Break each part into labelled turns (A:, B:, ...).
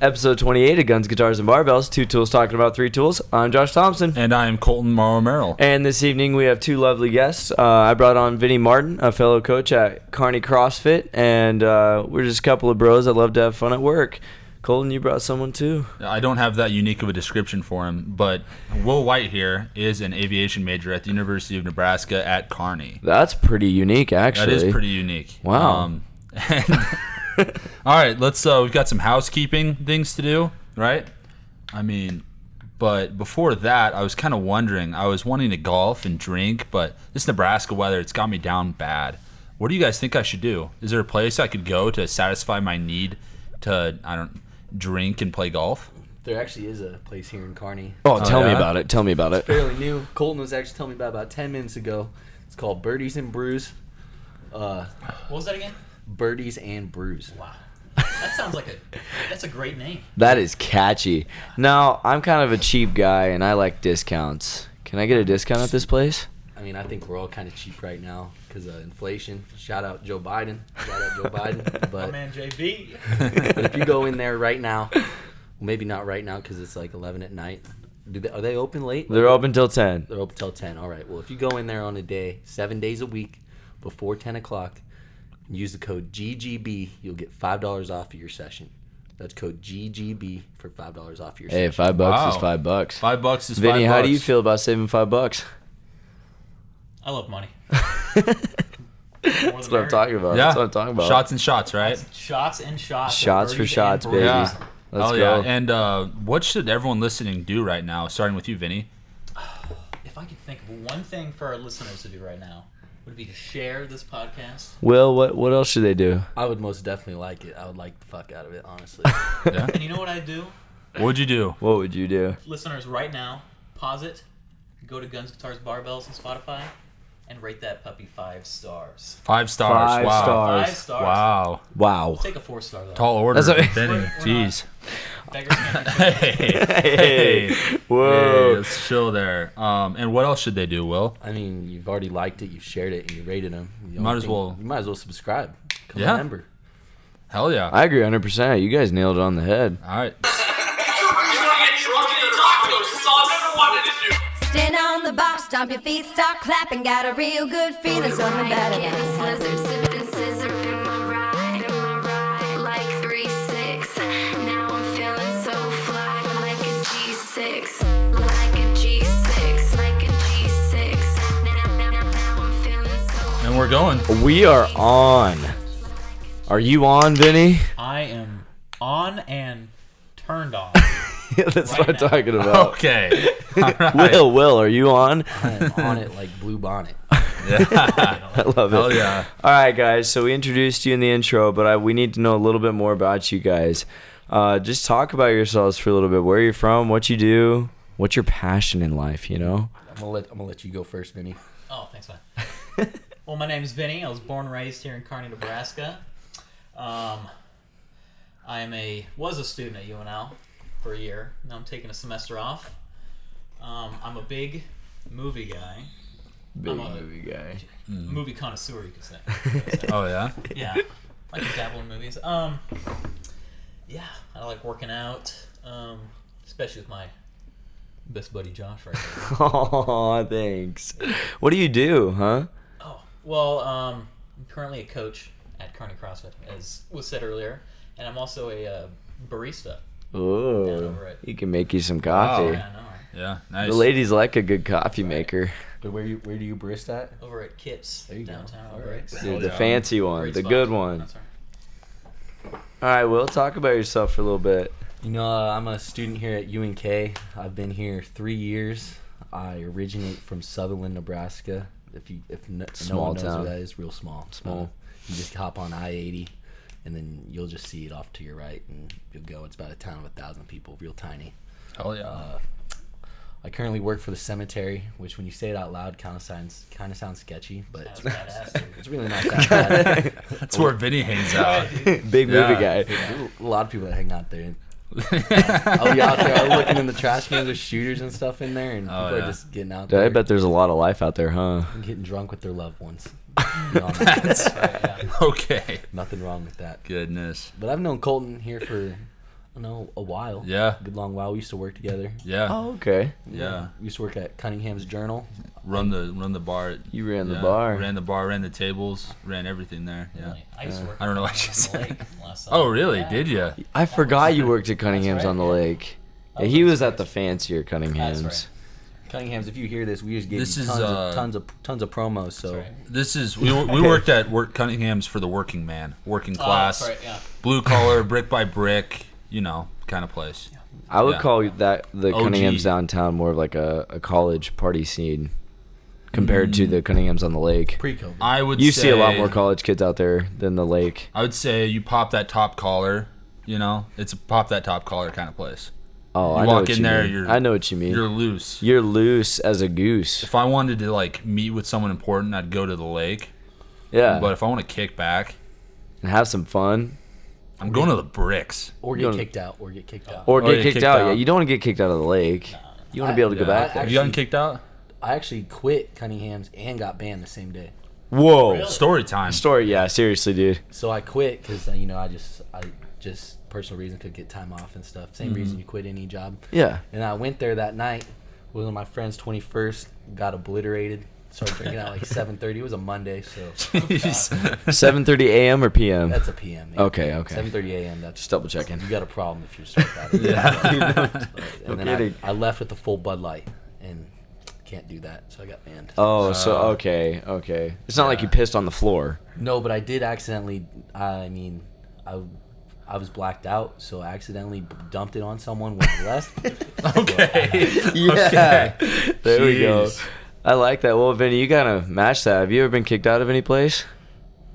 A: Episode 28 of Guns, Guitars, and Barbells. Two tools talking about three tools. I'm Josh Thompson.
B: And I am Colton Morrow Merrill.
A: And this evening we have two lovely guests. Uh, I brought on Vinny Martin, a fellow coach at Carney CrossFit, and uh, we're just a couple of bros that love to have fun at work. Colton, you brought someone too.
B: I don't have that unique of a description for him, but Will White here is an aviation major at the University of Nebraska at Kearney.
A: That's pretty unique, actually.
B: That is pretty unique. Um,
A: Wow.
B: and- all right, let's. Uh, we've got some housekeeping things to do, right? I mean, but before that, I was kind of wondering. I was wanting to golf and drink, but this Nebraska weather, it's got me down bad. What do you guys think I should do? Is there a place I could go to satisfy my need to, I don't, drink and play golf?
C: There actually is a place here in Kearney.
A: Oh, tell me
B: yeah?
A: about it. Tell me about it.
C: Fairly new. Colton was actually telling me about about 10 minutes ago. It's called Birdies and Brews. Uh,
D: What was that again?
C: Birdies and Brews.
D: Wow. That sounds like a that's a great name.
A: That is catchy. Now, I'm kind of a cheap guy and I like discounts. Can I get a discount at this place?
C: I mean, I think we're all kind of cheap right now because of inflation. Shout out Joe Biden. Shout out Joe Biden. But
D: JB.
C: if you go in there right now, well, maybe not right now because it's like 11 at night. Do they, are they open late?
A: They're open till 10.
C: They're open till 10. All right. Well, if you go in there on a day, seven days a week, before 10 o'clock, and use the code GGB, you'll get $5 off of your session. That's code GGB for $5 off your
A: Hey,
C: session.
A: five bucks is
B: Wow.
A: five bucks.
B: Five bucks is
A: Vinny,
B: five
A: how
B: bucks.
A: do you feel about saving five bucks?
D: I love money.
A: That's what I'm talking about.
B: Yeah,
A: That's what I'm talking about.
B: Shots and shots, right?
D: Shots and shots.
A: Shots for
D: birdies and
A: shots,
D: birdies.
A: baby.
B: Yeah.
A: Let's
B: oh
A: go.
B: yeah. And uh, what should everyone listening do right now? Starting with you, Vinny.
D: If I could think of one thing for our listeners to do right now, would it be to share this podcast.
A: Will, what what else should they do?
C: I would most definitely like it. I would like the fuck out of it, honestly.
B: Yeah.
D: And you know what I do?
B: What'd you do?
A: What would you do?
D: Listeners, right now, pause it, go to Guns, Guitars, Barbells, and Spotify, and rate that puppy five stars.
B: Five stars.
A: Five
B: wow.
A: stars.
D: Five stars.
B: Wow.
A: Wow.
D: Take a four star though.
B: Tall order.
A: That's what-
B: Vinny.
D: We're- we're
B: Jeez.
D: Beggars can't be choosers.
B: Hey.
A: Hey. Oh.
B: Hey,
A: Whoa.
B: let's chill there. Um, and what else should they do, Will?
C: I mean, you've already liked it, you've shared it, and you rated them. You
B: Might as well.
C: You might as well subscribe. Come
B: Yeah.
C: a member.
B: Hell yeah.
A: I agree 100%. You guys nailed it on the head.
B: All right.
E: You're gonna get drunk and eat tacos. That's all I've ever wanted to do.
F: Stand on the box, stomp your feet, start clapping. Got a real good feeling, something better than
G: Scissors, sipping scissor in my ride, in my ride, like three six. Now I'm feeling so fly, like a G6, like a G6, like a G6. Now, now, now, now I'm feeling so.
B: And we're going.
A: We are on. Are you on, Vinny?
D: I am on and turned on.
A: Yeah, That's
D: Right
A: what I'm
D: now.
A: talking about.
B: Okay. All right.
A: Will, Will, are you on?
C: I am on it like Blue Bonnet.
A: I love it.
B: Hell yeah.
A: All right, guys. So we introduced you in the intro, but I, we need to know a little bit more about you guys. Uh, just talk about yourselves for a little bit. Where you're from, what you do, what's your passion in life. You know.
C: I'm gonna let I'm gonna let you go first, Vinny.
D: Oh, thanks, man. well, my name's Vinny. I was born and raised here in Kearney, Nebraska. Um, I am a was a student at UNL for a year. Now I'm taking a semester off. Um, I'm a big movie guy,
A: Big
D: I'm on it.
A: guy.
D: movie connoisseur, you could say.
B: Oh yeah.
D: yeah, I can dabble in movies. Um, yeah, I like working out, um, especially with my best buddy Josh right here.
A: Oh, thanks. What do you do, huh?
D: Oh well, um, I'm currently a coach at Kearney CrossFit, as was said earlier, and I'm also a uh, barista.
A: Oh,
D: over it.
A: he can make you some coffee.
D: Yeah, I know, right?
B: Yeah. Nice.
A: The ladies like a good coffee maker.
C: But where you where do you barista at?
D: Over at Kits
C: you go.
D: downtown.
C: All
D: over
C: right.
D: at-
A: Dude,
B: Oh,
A: the
B: yeah.
A: fancy one,
D: Great
A: the
D: spot.
A: good one.
D: That's all right.
A: All right, Will, talk about yourself for a little bit.
C: You know, uh, I'm a student here at UNK. I've been here three years. I originate from Sutherland, Nebraska. If you, if no, no
A: Small
C: one knows
A: town.
C: where that is, real small, Um,
A: Small.
C: You just hop on I-80, and then you'll just see it off to your right, and you'll go. It's about a town of a thousand people, real tiny. Uh,
B: Hell yeah.
C: I currently work for the cemetery, which when you say it out loud, kind of sounds kind of sounds sketchy, but
D: That's
C: it's,
D: badass.
C: it's really not that bad.
B: That's where Vinny hangs out.
A: Big movie guy.
B: Yeah.
C: There's a lot of people that hang out there. I'll be out there I'll be looking in the trash cans. There's shooters and stuff in there, and
B: Oh,
C: people
B: yeah.
C: are just getting out
A: Dude,
C: there.
A: I bet there's a lot of life out there, huh?
C: and getting drunk with their loved ones. You know, nothing-
B: okay.
C: nothing wrong with that.
B: Goodness.
C: But I've known Colton here for don't know, a while.
B: Yeah.
C: Good long while. We used to work together.
B: Yeah.
A: Oh, okay.
B: Yeah.
C: We used to work at Cunningham's Journal.
B: Run the run the bar. at-
A: You ran
B: yeah,
A: the bar.
B: Ran the bar. Ran the tables. Ran everything there. Yeah.
D: I used to work.
B: I don't know what
D: on
B: you
D: the
B: said.
D: lake last summer.
B: Oh really? Did you?
A: I forgot you worked at Cunningham's
D: That's right,
A: on the
D: yeah.
A: lake. Yeah, he was at the fancier Cunningham's.
D: right.
C: Cunningham's, if you hear this, we just get
B: This
C: tons,
B: is, uh,
C: of, tons of tons of promos. So
D: right.
B: This is we, we worked at work Cunningham's for the working man, working
D: Oh,
B: class,
D: that's right, yeah.
B: blue collar, brick by brick, you know, kind of place.
A: I would
B: Yeah.
A: call that the
B: OG.
A: Cunningham's downtown more of like a, a college party scene compared
B: Mm.
A: to the Cunningham's on the lake.
C: pre-COVID.
B: I would
A: You
B: say,
A: see a lot more college kids out there than the lake.
B: I would say you pop that top collar, you know, it's a pop that top collar kind of place.
A: Oh, I know
B: walk
A: what
B: in
A: you
B: there,
A: mean.
B: you're-
A: I know what you mean.
B: You're
A: You're,
B: loose.
A: loose as a goose.
B: If I wanted to like meet with someone important, I'd go to the lake.
A: Yeah,
B: But if I want to kick back,
A: and have some fun
B: I'm going to the bricks.
C: or
A: You
C: get
A: don't- Oh.
C: kicked out. Or get kicked out.
A: or
B: yeah,
A: get kicked,
B: kicked
A: out.
B: out.
A: Yeah, you don't want to get kicked out of the lake. You want to be able to go
B: Yeah.
A: back there.
B: Have you gotten
C: Actually-
B: kicked out?
C: I actually quit Cunningham's and got banned the same day.
A: Whoa,
B: Story time.
A: story. Yeah, seriously, dude.
C: So I quit because you know I just I just personal reason could get time off and stuff.
B: Mm-hmm.
C: Same reason you quit any job.
A: Yeah.
C: And I went there that night. Was on my friend's twenty first. Got obliterated. Started drinking at like seven thirty. It was a Monday, so
B: Jeez.
A: 7:30 a.m. or p.m.
C: that's a PM. man.
A: Okay, okay.
C: Seven thirty a.m. That's
A: Just double checking.
C: You got a problem if you start that.
B: yeah.
C: And then
A: kidding.
C: I, I left with a full Bud Light and can't do that, so I got banned.
A: Oh, so
B: Uh,
A: okay, okay. It's not like you pissed on the floor.
C: No, but I did accidentally. I mean, I I was blacked out, so I accidentally b- dumped it on someone when I left.
B: okay.
A: Yeah. There we go.
B: Jeez.
A: I like that. Well, Vinny, you gotta match that. Have you ever been kicked out of any place?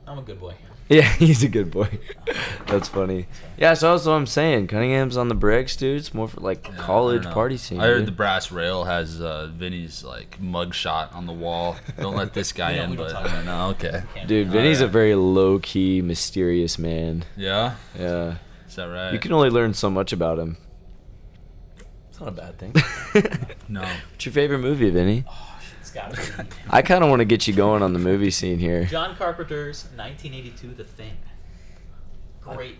D: I'm a good boy.
A: Yeah, he's a good boy. That's funny. Yeah, so that's what I'm saying. Cunningham's on the bricks, dude. It's more for like college
B: I don't know.
A: party scene.
B: I heard the
A: dude.
B: brass rail has uh, Vinny's like mug shot on the wall. Don't let this guy
D: We don't-
B: in,
D: we don't
B: but
D: talk about
B: no, okay,
A: Dude, Vinny's
B: Oh, yeah.
A: a very low key, mysterious man.
B: yeah,
A: Yeah.
B: is that right?
A: You can only learn so much about him.
C: It's not a bad thing.
B: no,
A: What's your favorite movie, Vinny?
D: It's got to be
A: I kind of want to get you going on the movie scene here.
D: John Carpenter's 1982 The Thing. Great,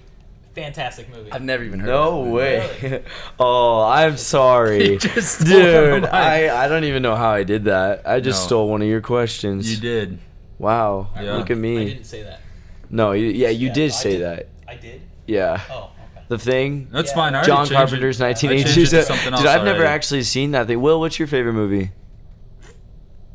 D: fantastic movie.
C: I've never even heard.
A: No
C: of that.
A: way. oh, I'm sorry.
B: You just stole one of
A: Dude,
B: mine.
A: I, I don't even know how I did that. I just
B: No.
A: stole one of your questions.
B: you did.
A: Wow.
B: Yeah.
A: Look at
D: I
A: me.
D: didn't say that.
A: No, you, yeah, you
D: Yeah,
A: did
D: I
A: say
D: did.
A: that.
D: I did.
A: Yeah.
D: Oh, okay.
A: The thing.
B: That's
D: Yeah.
B: fine. I already
A: John
B: changed it.
A: Carpenter's
B: I changed
A: 1982.
B: it to something
A: Dude,
B: else
A: I've never
B: already.
A: actually seen that thing. Will, what's your favorite movie?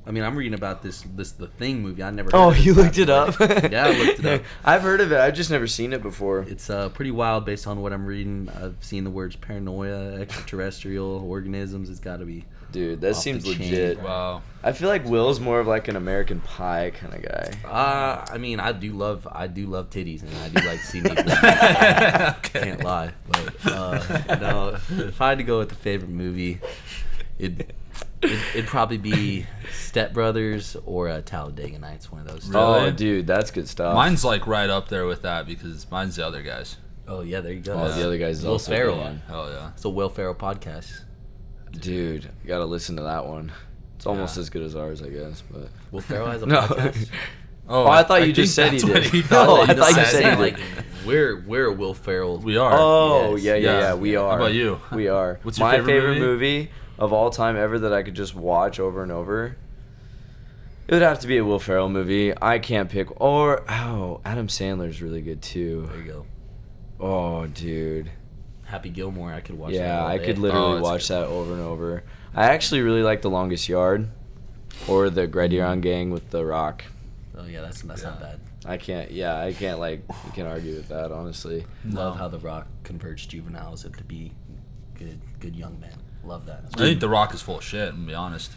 C: I mean, I'm reading about this this the thing movie. I never.
A: Oh,
C: heard of
A: you
C: this
A: looked it up?
C: before. yeah, I looked it up.
A: I've heard of it. I've just never seen it before.
C: It's uh, pretty wild based on what I'm reading. I've seen the words paranoia, extraterrestrial organisms. It's got to be.
A: Dude, that
C: Off the
A: seems
C: chain.
A: legit.
B: Wow.
A: I feel like Will's more of like an American Pie kind of guy.
C: Uh, I mean, I do love I do love titties, and I do like to see naked.
B: okay.
C: can't lie. But uh, no, if I had to go with the favorite movie, it it'd, it'd probably be Step Brothers or uh, Talladega Nights, one of those. two.
B: Really?
A: Oh, dude, that's good stuff.
B: Mine's like right up there with that because mine's the other guys.
C: Oh yeah, there you go.
A: Oh, the other guy's
C: Will
A: also
C: Ferrell.
A: on.
B: Hell yeah.
C: It's a Will Ferrell podcast.
A: Dude, you gotta listen to that one. It's almost
B: Yeah.
A: as good as ours, I guess. But
C: Will Ferrell has a
A: No.
C: podcast.
B: Oh,
A: I thought you
B: think
A: just said
B: that's
A: he
B: what
A: did.
B: thought
A: No,
B: that
A: I thought you
C: I'm
A: said
C: saying,
A: he
C: like we're we're a Will Ferrell.
B: We are.
A: oh
C: Yes.
A: yeah, yeah,
B: Yeah.
A: yeah, we
B: How
A: are.
B: about you?
A: We are.
B: What's your
A: My
B: favorite
A: favorite
B: movie?
A: movie of all time ever that I could just watch over and over? It would have to be a Will Ferrell movie. I can't pick. Or oh, Adam Sandler's really good too.
C: There you go.
A: Oh, dude.
C: Happy Gilmore. I could watch. that
A: Yeah,
C: all
A: I
C: day.
A: could literally
B: that's
A: watch that over and over. I actually really like The Longest Yard, or the Gradiron Gang with The Rock.
C: Oh yeah, that's that's not bad.
A: I can't. Yeah, I can't. Like, you can argue with that, honestly.
C: Love how The Rock converts juveniles into be good good young men. Love that.
B: I think The Rock is full of shit. I'm gonna be honest.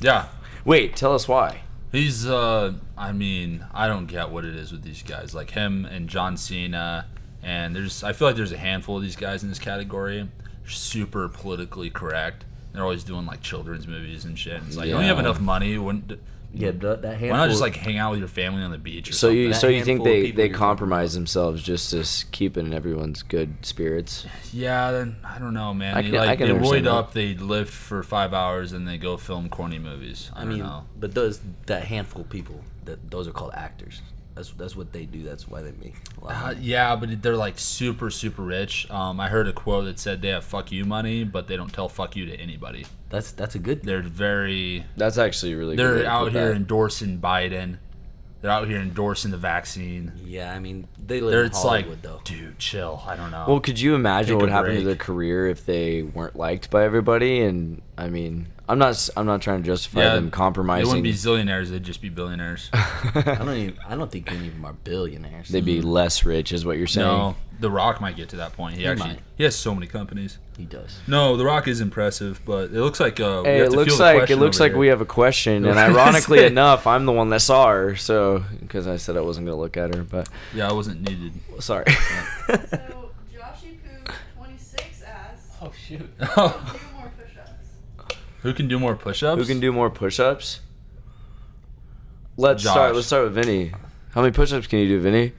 B: yeah,
A: Wait, tell us why.
B: He's uh I mean, I don't get what it is with these guys. Like him and John Cena and there's I feel like there's a handful of these guys in this category. They're super politically correct. They're always doing like children's movies and shit. It's like you don't have
A: Yeah.
B: enough money. Wouldn't
C: Yeah, that, that handful.
B: why not just like hang out with your family on the beach or
A: So
B: something?
A: you,
C: That
A: so you think
C: handful of
A: they
C: people
A: they
C: you're talking
A: compromise themselves just to s- keep in everyone's good spirits?
B: Yeah, then I don't know, man.
A: I
B: They,
A: can- I
B: like
A: can
B: they
A: understand
B: roid
A: that.
B: up, they lift for five hours and they go film corny movies. I,
C: I
B: don't
C: mean,
B: know.
C: but those that handful of people that those are called actors. That's that's what they do. That's why they make a lot. of
B: Uh,
C: money.
B: yeah, but they're like super, super rich. Um, I heard a quote that said they have "fuck you" money, but they don't tell "fuck you" to anybody.
C: That's that's a good.
B: They're very,
A: That's actually really. good way
B: they're
A: to
B: out
A: put
B: here
A: that.
B: endorsing Biden. They're out here endorsing the vaccine.
C: Yeah, I mean they live
B: They're,
C: in
B: it's
C: Hollywood
B: like,
C: though.
B: dude, chill. I don't know.
A: Well, could you imagine
B: Take
A: what
B: a
A: happened to
B: break.
A: their career if they weren't liked by everybody? And I mean, I'm not s- I'm not trying to justify them
B: They
A: compromising.
B: wouldn't be zillionaires; they'd just be billionaires.
C: I don't even. I don't think any of them are billionaires.
A: They'd be less rich, is what you're saying.
B: mm-hmm. no, The Rock might get to that point. He, actually
C: might.
B: he has so many companies.
C: he does.
B: No, The Rock is impressive, but it looks like uh, we
A: Hey,
B: have
A: it
B: to
A: looks
B: field a
A: like it
B: question
A: looks
B: over
A: like
B: here.
A: we have a question, and
B: What is
A: ironically
B: it?
A: enough, I'm the one that saw her. So because I said I wasn't gonna look at her, but
B: Yeah, I wasn't needed.
A: sorry.
H: So Joshy Poo 26 asks,
D: Oh shoot.
H: do more push-ups.
B: Who can do more push-ups?
A: Who can do more push-ups? Let's
B: Josh.
A: start. Let's start with Vinny. How many push-ups can you do, Vinny?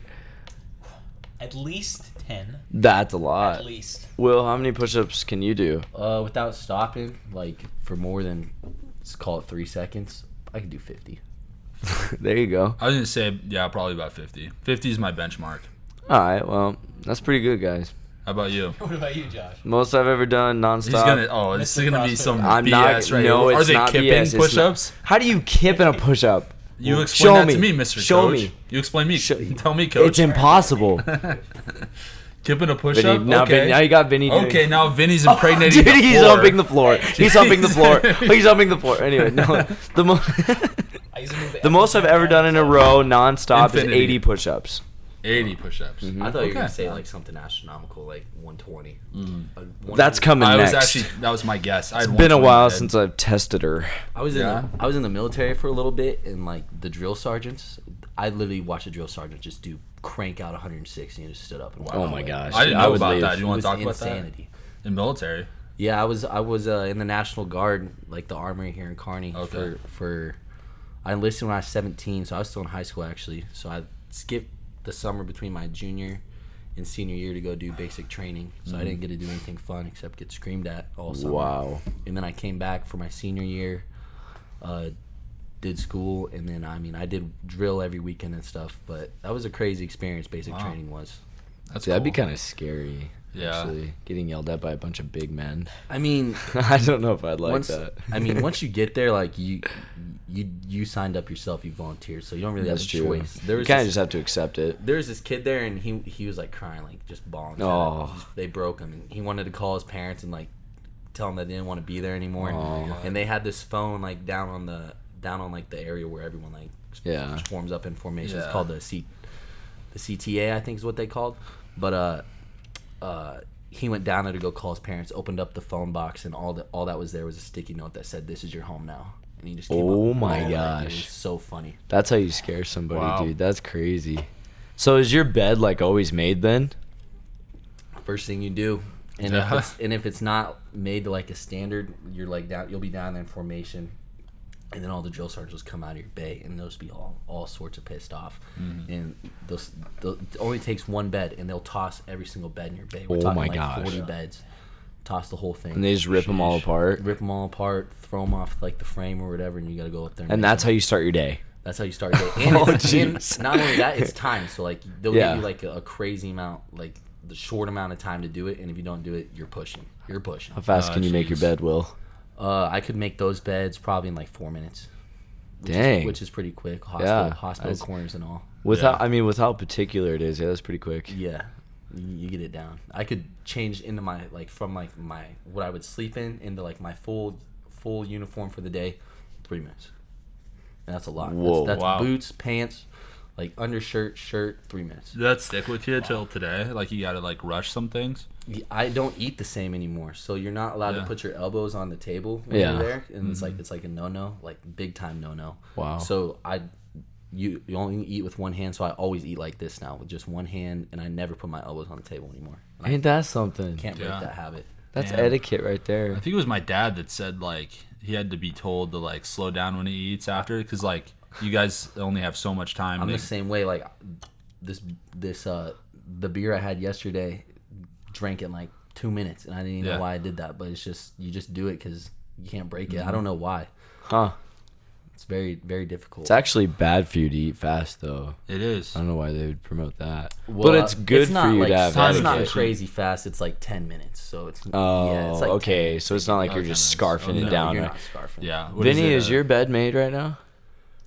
D: At least ten.
A: That's a
D: At
A: lot.
D: least.
A: Will, how many push-ups can you do?
C: Uh, without stopping, like for more than let's call it three seconds, I could do fifty.
A: There you go.
B: I was gonna say, yeah, probably about 50. 50 is my benchmark.
A: All right. Well, that's pretty good, guys.
B: How about you?
D: What about you, Josh?
A: Most I've ever done
B: He's
A: nonstop.
B: gonna. Oh, this
D: Mr.
B: is gonna be
D: CrossFit.
B: some
A: I'm
B: BS
A: not.
B: right
A: no,
B: here. Are
A: it's
B: they
A: not
B: kipping
A: BS, it's not-
B: push-ups?
A: How do you kip in a push-up?
B: You
A: Well,
B: explain
A: show
B: that
A: me.
B: to me, Mr.
A: Show
B: Coach.
A: me.
B: You explain me.
A: Show-
B: Tell me,
A: It's
B: Coach.
A: impossible.
B: Kipping
A: Vinny,
B: a push-up.
A: now,
B: okay.
A: Vinny, now you got Vinny. doing-
B: okay. Now Vinny's impregnating
A: Dude,
B: the
A: he's
B: floor.
A: humping the floor. He's humping the floor. He's humping the floor. Anyway, no, the most.
D: I used to move
A: The most I've ever done in a row nonstop
B: Infinity.
A: is 80 push-ups.
B: 80 push-ups.
A: Mm-hmm.
C: I thought you were gonna
B: Okay. Mm-hmm.
C: say like something astronomical, like one twenty. Uh,
A: That's coming
B: I was
A: next.
B: actually. That was my guess. I had
A: it's been a
B: 120
A: while
B: dead.
A: since I've tested her.
C: I was
B: Yeah.
C: in the, I was in the military for a little bit, and like the drill sergeants, I literally watched a drill sergeant just do crank out 160 and just stood up and walked.
A: Oh my
C: away.
A: gosh!
B: I didn't know about that. Do you
C: It
B: want
C: was
B: to talk about
C: insanity.
B: that? In military.
C: Yeah, I was I was uh, in the National Guard, like the Armory here in Kearney.
B: Okay.
C: For, for I enlisted when I was 17, so I was still in high school actually. So I skipped the summer between my junior and senior year to go do basic training. So I didn't get to do anything fun except get screamed at all summer.
A: Wow.
C: And then I came back for my senior year, uh, did school, and then I mean I did drill every weekend and stuff. But that was a crazy experience. Basic
B: Wow.
C: training was.
B: That's
A: That'd be
B: cool.
A: kind of scary.
B: Yeah.
A: Actually, getting yelled at by a bunch of big men.
C: I mean,
A: I don't know if I'd like
C: once
A: that.
C: I mean, once you get there, like you, you you signed up yourself, you volunteered, so you don't really
A: that's
C: have a
A: true.
C: choice. There
A: you
C: was
A: kind of
C: this,
A: just have to accept it.
C: there was this kid there, and he he was like crying, like just bawling.
A: Aw.
C: they broke him, and he wanted to call his parents and like tell them that they didn't want to be there anymore. And they had this phone like down on the down on like the area where everyone like s-
A: Yeah.
C: forms up in formation. It's
B: Yeah.
C: called the C, the CTA, I think is what they called. But uh, uh, he went down there to go call his parents. Opened up the phone box, and all that all that was there was a sticky note that said, "This is your home now." And he just came up
A: Oh
C: with
A: my
C: all that, dude. It
A: gosh.
C: was so funny.
A: That's how you scare somebody,
B: Wow.
A: dude. That's crazy. So is your bed like always made then?
C: first thing you do. And if
B: Yeah.
C: it's, and if it's not made to like a standard, you're like down. You'll be down there in formation, and then all the drill sergeants will come out of your bay, and those be all all sorts of pissed off. And they'll, s- they'll it only takes one bed, and they'll toss every single bed in your bay. We're
A: Oh
C: talking
A: my
C: like
A: gosh.
C: forty beds, toss the whole thing.
A: And they just rip them all apart.
C: rip them all apart, throw them off like the frame or whatever, and you got to go up there.
A: And
C: make
A: that's how you start your day.
C: that's how you start your day. And,
A: Oh,
C: it's, and
A: jeez.
C: not only that, it's time. So like they'll
A: Yeah.
C: give you like a, a crazy amount, like the short amount of time to do it. And if you don't do it, you're pushing. You're pushing.
A: How fast
B: Ah,
A: can you make your
B: jeez.
A: bed, Will?
C: Uh, I could make those beds probably in like four minutes,
A: Dang.
C: which is pretty quick. Hospital,
A: Yeah,
C: hospital
A: that's-
C: corners and all.
A: Without, I mean, with how particular it is, yeah, that's pretty quick.
C: Yeah, you, you get it down. I could change into my like from like my what I would sleep in into like my full full uniform for the day, three minutes. And that's a lot.
A: Whoa,
C: that's that's
B: wow.
C: boots, pants, like undershirt, shirt, three minutes.
B: Did that stick with you till today? Like you gotta like rush some things.
C: y- I don't eat the same anymore. So you're not allowed
B: Yeah. Mm-hmm.
C: to put your elbows on the table when
A: Yeah.
C: you're there, and it's like it's like a no no, like big time no no.
A: Wow.
C: So I, you you only eat with one hand, so I always eat like this now with just one hand, and I never put my elbows on the table anymore. I
A: Ain't that something?
C: can't
B: Yeah.
C: break that habit.
A: That's
B: Damn.
A: etiquette right there.
B: I think it was my dad that said like he had to be told to like slow down when he eats after because like you guys only have so much time.
C: I'm
B: to-
C: the same way. Like this this uh the beer I had yesterday, drank in like two minutes, and I didn't
B: Yeah.
C: even know
B: Mm-hmm.
C: why I did that. But it's just you just do it because you can't break it. I don't know why.
A: Huh.
C: It's very very difficult.
A: It's actually bad for you to eat fast, though.
B: It is.
A: I don't know why they would promote that.
C: Well, uh,
A: but it's good
C: it's
A: for
C: not
A: you
C: like,
A: to have.
C: It's
A: that
C: not
A: addiction.
C: crazy fast. It's like ten minutes. So it's
A: Oh,
C: yeah, it's like 10
A: okay.
C: minutes.
A: So it's not like you're just scarfing
B: Oh,
A: it
B: no,
A: down.
C: You're
A: right?
C: not scarfing.
B: Yeah. What
A: Vinny,
B: it,
A: is
B: uh,
A: your bed made right now?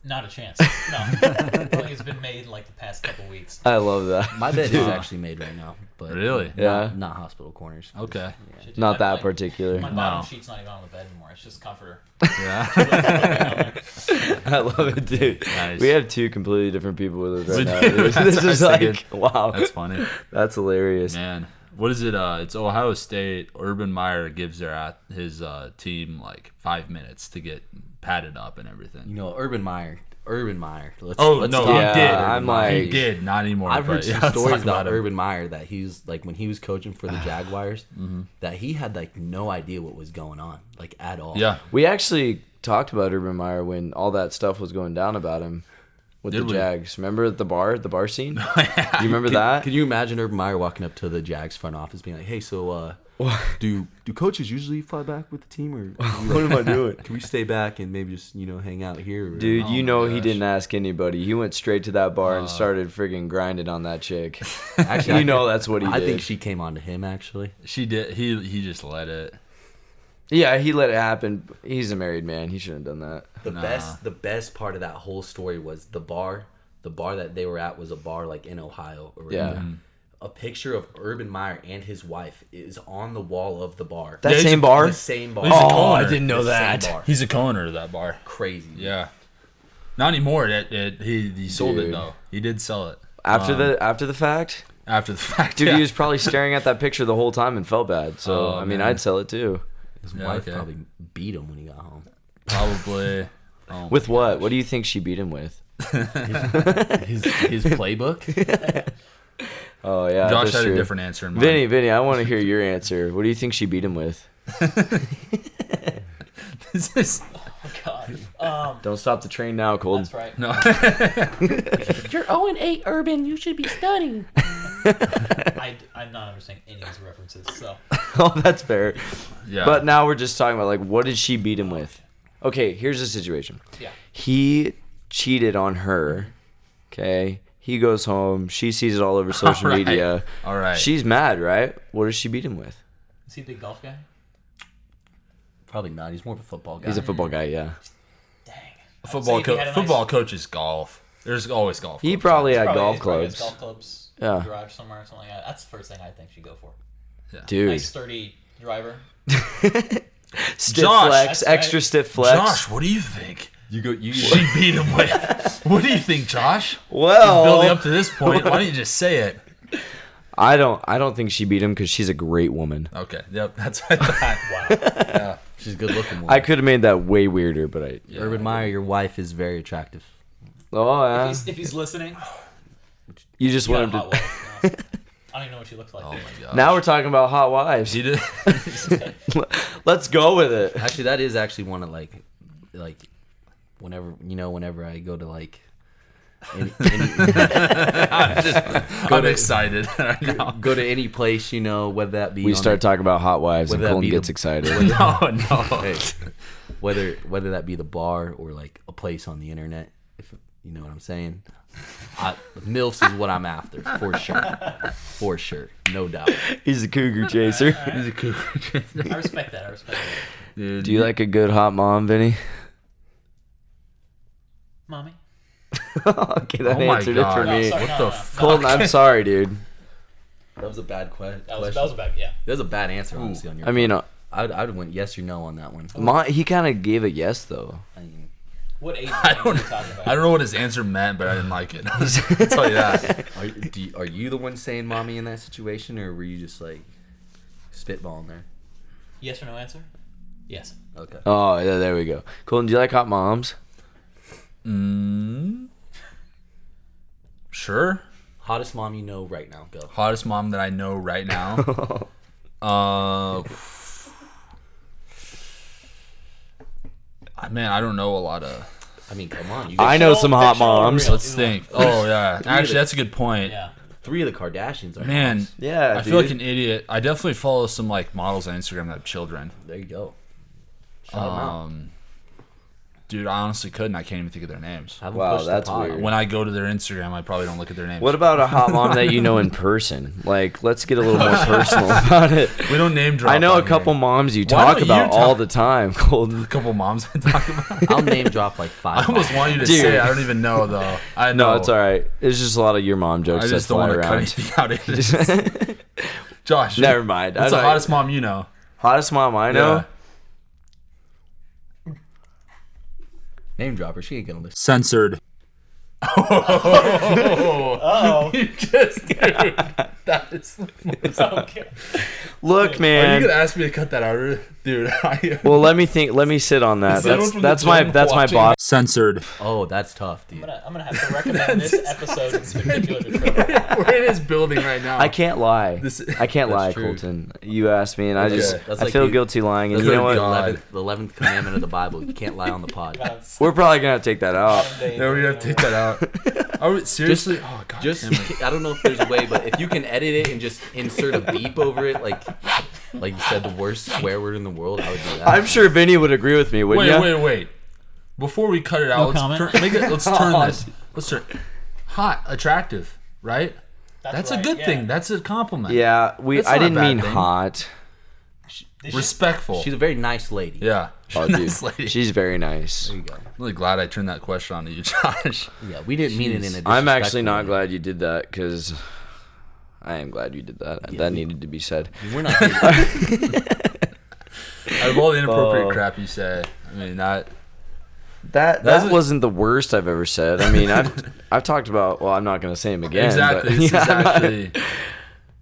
D: Not a chance. No. like it's been made like the past couple weeks.
A: I love that.
C: My bed is actually made right now, but
B: Uh, Really?
A: Yeah.
C: not, not hospital corners.
B: Okay.
D: Shit, dude,
A: Not
D: my-
A: that
D: like,
A: particular.
D: My bottom
B: No.
D: sheet's not even on the bed anymore. It's just comforter.
B: Yeah.
A: I love it, dude.
B: Nice.
A: We have two completely different people with us right
B: We
A: now.
B: do.
A: This, this is
B: That's
A: like,
B: good.
A: wow,
B: That's funny.
A: that's hilarious.
B: Man, what is it? Uh, it's Ohio State. Urban Meyer gives their at his uh, team like five minutes to get padded up and
C: You
B: everything.
C: know, Urban Meyer. Urban Meyer. Let's,
B: Oh
C: let's
B: no,
C: talk
A: Yeah,
B: he did.
C: Urban
A: I'm
C: Meyer.
B: he
A: like-
B: did not anymore.
C: I've heard
B: but
C: some
B: yeah, let's talk
C: stories about,
B: him.
C: Urban Meyer that he was like when he was coaching for the Jaguars,
A: Mm-hmm.
C: that he had like no idea what was going on, like at all.
B: Yeah,
A: We actually talked about Urban Meyer when all that stuff was going down about him with
B: Did
A: the
B: we?
A: Jags. Remember at the bar, the bar scene? You remember that?
C: Can you imagine Urban Meyer walking up to the Jags front office being like, "Hey, so uh, do do coaches usually fly back with the team, or do we,
A: what
C: like,
A: am I doing?
C: can we stay back and maybe just you know hang out here?" Or,
A: Dude,
B: Oh
A: you
B: my
A: know he
B: gosh.
A: didn't ask anybody. He went straight to that bar and started friggin' grinding on that chick.
C: Actually,
A: you know that's what he
C: I
A: did.
C: think she came on to him actually.
B: she did. He he just let it.
A: yeah, he let it happen. He's a married man. He shouldn't have done that.
C: The best the best part of that whole story was the bar. The bar that they were at was a bar like in Ohio or
A: Yeah. Mm-hmm.
C: whatever. A picture of Urban Meyer and his wife is on the wall of the bar.
A: That
B: Yeah, he's
A: same
B: a-
A: bar?
C: the same bar.
B: He's a co-owner.
A: know
C: The same bar.
B: He's a co-owner of that bar.
C: Crazy.
B: Yeah, not anymore. It, it, he he sold it
A: Dude.
B: though. He did sell it
A: After the after the fact?
B: after the fact.
A: Dude,
B: yeah.
A: he was probably staring at that picture the whole time and felt bad. So
B: Oh,
A: I mean,
B: man.
A: I'd sell it too.
C: His
B: Yeah,
C: wife
B: okay.
C: probably beat him when he got home.
B: probably oh
A: With what? What do you think she beat him with?
C: His his playbook.
A: Oh yeah,
B: Josh
A: that's
B: had
A: true.
B: a different answer in mind.
A: Vinny, Vinny, I want to hear your answer. What do you think she beat him with?
B: This is-
D: Oh, God. Um,
A: Don't stop the train now, Cold.
D: that's right.
B: no.
C: You're 0 and 8, Urban. You should be studying.
D: I, I'm not understanding any of his references. So
A: oh, that's fair.
B: yeah.
A: But now we're just talking about like, what did she beat him with? Okay, here's the situation.
D: yeah.
A: He cheated on her. Okay, he goes home. She sees it all over social
B: All right.
A: media.
B: All right.
A: She's mad, right? What does she beat him with?
D: Is he a big golf guy?
C: Probably not. He's more of a football guy.
A: He's a football guy, yeah.
D: Dang.
B: football
D: I'd say if
B: co-
D: he had a nice-
B: football coaches golf. There's always golf.
A: He
B: clubs.
A: probably had
D: Probably-
A: golf
D: probably has
A: clubs,
D: Golf clubs.
A: Yeah.
D: Garage somewhere or something like that. That's the first thing I think she'd go for.
A: dude.
D: Nice sturdy driver.
A: Stiff
B: Josh,
A: flex,
D: that's
A: extra
D: right.
A: stiff flex.
B: Josh, what do you think?
C: you go. You
B: She beat him with. what do you think, Josh? Building
A: well,
B: up to this point, why don't you just say it?
A: I don't, I don't think she beat him because she's a great woman.
B: Okay. Yep. That's what I thought. wow.
C: she's a good looking one.
A: I could have made that way weirder, but I.
C: Urban Meyer, your wife is very attractive.
A: Oh,
D: If
A: yeah.
D: he's, if he's listening,
A: You just
D: you got a
A: want him to.
D: hot wife. No. I don't even know what she looks like.
B: Oh my god.
A: Now we're talking about hot wives.
B: He did.
A: Let's go with it.
C: Actually, that is actually one of like, like, whenever you know, whenever I go to like, any, any,
B: I'm excited right now.
C: go to any place, you know, whether that be
A: We
C: on
A: start
C: the,
A: talking about hot wives, and
C: Would that
A: Colin
C: be the-
A: gets excited.
B: No, no.
C: whether whether that be the bar or like a place on the internet, if you know what I'm saying. I, milfs is what I'm after for sure, for sure, no doubt.
A: He's a cougar chaser.
B: He's a cool
D: I respect that. I respect that.
B: dude.
A: Do you like a good hot mom, Vinny?
D: Mommy.
A: okay, that
B: Oh my
A: answered it
B: God.
A: for
B: No,
A: me.
D: sorry,
B: What
D: no,
B: the
D: no, no.
B: fuck?
A: Colton, I'm sorry, dude.
C: That was a bad que- question.
D: That was, that was bad. Yeah.
C: That was a bad answer, honestly. On your,
A: I mean, Mm. uh,
C: I'd, I'd went yes or no on that one.
A: my, he kind of gave a yes though.
C: I mean,
D: What age
B: I
D: range are
B: don't.
D: we talking about?
B: I don't know what his answer meant, but I didn't like it. I'll tell you that.
C: Are, do you, are you the one saying mommy in that situation, or were you just like spitballing there?
D: Yes or no answer? Yes.
C: Okay.
A: Oh, yeah, there we go. Colton, do you like hot moms?
B: Mm, sure.
C: Hottest mom you know right now. Go.
B: Hottest mom that I know right now. uh, I- man, I don't know a lot of.
C: I mean, come on. You got
A: I know
D: Show-
A: some hot
D: show and
A: moms.
D: real.
B: Let's think. Oh yeah, actually, that's a good point.
D: Yeah.
C: three of the Kardashians. Are
B: Man,
C: moms.
A: Yeah,
B: I feel like an idiot. I definitely follow some like models on Instagram that have children.
C: there you go. Shout 'em out.
B: Um, Dude, I honestly couldn't. I can't even think of their names.
C: I haven't
A: Wow,
C: pushed the
A: that's
C: pot.
A: weird.
B: When I go to their Instagram, I probably don't look at their names.
A: What about a hot mom that you know in person? Like, let's get a little more personal about it.
B: we don't name drop.
A: I know a
B: on
A: couple
B: Here.
A: moms you
B: Why
A: talk
B: don't you
A: about all
B: talk-
A: the time, Colton.
B: A couple moms I talk about.
C: I'll name drop like
B: I
C: five.
B: almost
C: moms.
B: want you to
A: Dude.
B: say. it. I don't even know though. I know
A: No, it's all right. It's just a lot of your mom jokes
B: I just
A: that
B: don't
A: fly
B: want to cut
A: around.
B: anything out. It is. Josh.
A: Never mind.
B: That's
A: I
B: the
A: know-
B: hottest mom you know.
A: hottest mom I know.
B: Yeah.
C: name dropper. She ain't gonna listen.
B: Censored.
D: Oh,
B: You just, dude, that is the most.
D: okay.
A: Look,
B: Are you
A: man.
B: gonna ask me to cut that out, dude? I am.
A: Well, let me think. Let me sit on that.
B: anyone
A: That's that's
B: from the
A: my
B: gym
A: that's my
B: watching?
A: boss.
B: Censored.
C: Oh, that's tough, dude.
D: I'm gonna, I'm gonna have to recommend this episode in particular to Trevor.
B: We're in his building right now.
A: I can't lie.
B: This-
A: I can't
C: That's
A: lie,
C: true.
A: Colton. You asked me, and I just
B: like-
C: that's
A: I
C: like
A: feel
C: you-
A: guilty lying. And
C: That's
A: you know
C: like the
A: what?
B: God.
C: 11th, the 11th commandment of the Bible. You can't lie on the pod.
A: We're probably gonna have to take that out.
B: No, we have to take that out. Are we, seriously? oh god.
C: Just,
B: damn it.
C: I don't know if there's a way, but if you can edit it and just insert a beep over it, like, like you said, the worst swear word in the world, I would do that.
A: I'm sure Vinny would agree with me, wouldn't
B: wait,
A: you?
B: wait, wait. Before we cut it out, let's turn,
D: comment.
B: make it, let's
A: Oh,
B: turn this. Let's turn. Hot, attractive, right? That's, a
D: right,
B: good
D: yeah.
B: thing. That's a compliment.
A: Yeah, we.
B: That's
A: I
B: not a
A: didn't
B: bad
A: mean
B: thing.
A: hot.
B: Respectful.
C: She's a very nice lady.
B: yeah.
A: Oh, dude,
B: nice lady.
A: she's very nice.
C: There you go.
B: I'm really glad I turned that question on to you, Josh.
C: Yeah, we didn't mean it in a. disrespectful
A: I'm actually not
C: way.
A: glad you did that because I am glad you did that. that needed to be said.
C: We're not. Here.
B: Out of all the inappropriate
A: Oh.
B: crap you say, I mean that.
A: That
B: That's
A: that
B: a-
A: wasn't the worst I've ever said. I mean, I've I've talked about. Well, I'm not gonna say him again.
B: exactly.
A: but-
B: This is
A: yeah, I'm not-
B: actually.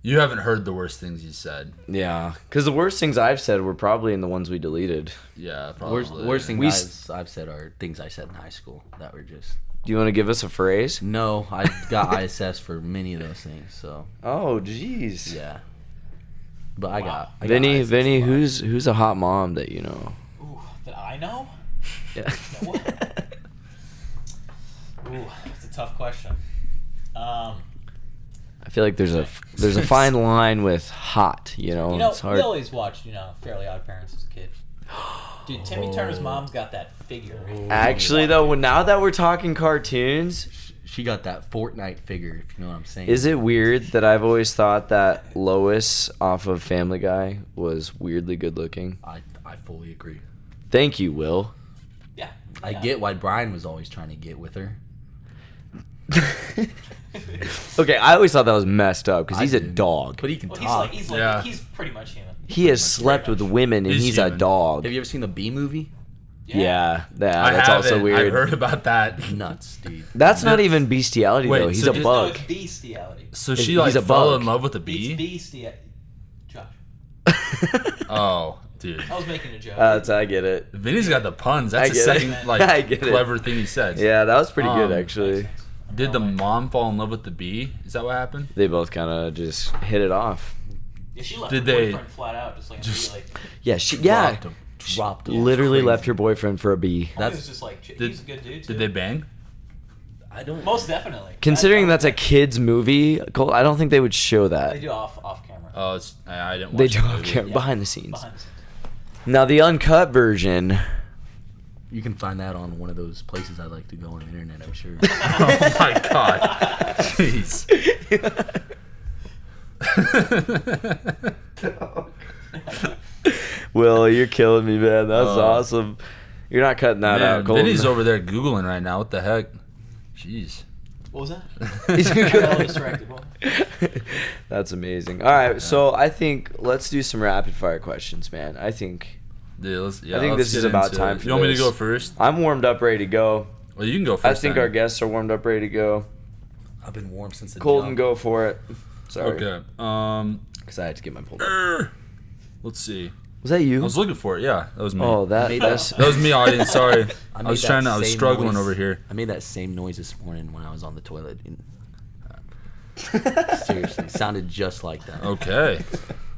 B: You haven't heard the worst things you said.
A: Yeah, because the worst things I've said were probably in the ones we deleted.
B: Yeah, probably.
C: worst, worst thing
A: We
C: i
A: s-
C: I've said are things I said in high school that were just.
A: Do you want to give us a phrase?
C: No, I got ISS for many of those things. So
A: Oh, jeez.
C: yeah. But I got. I got
A: Vinny,
C: ISS.
A: Vinny, who's who's a hot mom that you know?
D: Ooh, that I know?
A: Yeah.
D: What? Ooh, that's a tough question. Um,
A: I feel like there's a there's a fine line with hot. You
B: Oh,
A: know,
D: you know,
A: it's
D: we
A: hard.
D: always watched, you know, Fairly Odd Parents as a kid. Dude,
B: Oh.
D: Timmy Turner's mom's got that figure.
A: Actually, though, when- now that we're talking cartoons,
C: She got that Fortnite figure. If you know what I'm saying.
A: Is it weird that I've always thought that Lois off of Family Guy was weirdly good looking?
C: I I fully agree.
A: Thank you, Will.
D: Yeah.
C: I
D: yeah.
C: get why Brian was always trying to get with her.
A: Okay, I always thought that was messed up because
C: I
A: he's a
C: did.
A: dog.
C: But he can
D: Well, he's
C: talk.
D: like, he's like,
B: Yeah.
D: he's pretty much human.
A: He has slept with women and
B: He's
A: he's, a
B: human.
A: dog.
C: Have you ever seen the B movie?
A: yeah, yeah,
B: I
A: that's also
B: haven't. I've
A: weird.
B: heard about that.
C: Nuts, dude.
A: That's not even bestiality
B: Wait,
A: though. He's
B: so
A: a
B: just-
D: No,
A: bug.
D: it's bestiality.
B: So
A: He's-
B: she like
A: he's a
B: fell
A: bug.
B: in love with a bee.
D: It's bestiality. Josh,
B: Oh, dude.
D: I was making a joke.
A: Uh, that's I get it.
B: Vinny's got the puns. That's
A: I
B: the
A: get it.
B: second
A: I
B: like
A: get it.
B: clever thing he said.
A: Yeah, that was pretty
B: Um,
A: good actually.
B: Did the mom fall in love with the bee? Is that what happened?
A: They both kind of just hit it off.
D: yeah, she left
B: Did
D: her
B: they-
D: boyfriend flat out, just like, just, like
A: Yeah, she yeah.
C: Dropped him. Dropped him.
A: Literally
C: Crazy.
A: left her boyfriend for a bee.
D: That's,
C: That's
D: was just like, did,
B: Did-
D: he's a good dude. Too.
B: Did they bang?
C: I don't.
D: Most definitely.
A: Considering that's a kids movie, Cole, I don't think they would show that.
D: They do off off camera.
B: Oh, it's, I, I didn't. Watch
A: They do
B: the
A: not
B: movie.
A: care behind the scenes.
D: Behind the scenes.
A: Now the uncut version.
C: You can find that on one of those places I like to go on the internet. I'm sure.
B: oh my god. Jeez.
A: Will, you're killing me, man. That's
B: Uh,
A: awesome. You're not cutting that
B: Man,
A: out, Colton.
B: Vinny's over there googling right now. What the heck? Jeez.
D: What was that?
A: He's
D: I got all
A: googling.
D: distracted. Well,
A: That's amazing. All right, so I think let's do some rapid fire questions, man. I think
B: Dude, let's, yeah,
A: I think
B: let's
A: this is
B: get
A: about
B: into
A: time
B: it.
A: for
B: You want me
A: this.
B: to go first?
A: I'm warmed up, ready to go.
B: Well, you can go first.
A: I think
B: then.
A: our guests are warmed up, ready to go.
C: I've been warm since the
A: Colton,
C: jump.
A: go for it. Sorry,
B: Okay. Um,
A: because I had to get my pull.
B: er, let's see.
A: Was that you?
B: I was looking for it. Yeah, that was me.
A: oh, that
C: Made
A: that's
B: That was me, audience. Sorry.
C: I
B: I,
C: made
B: was
C: that
B: trying to. I was
C: same
B: struggling
C: noise.
B: over here.
C: I made that same noise this morning when I was on the toilet. And, seriously, it sounded just like that. It
B: Okay.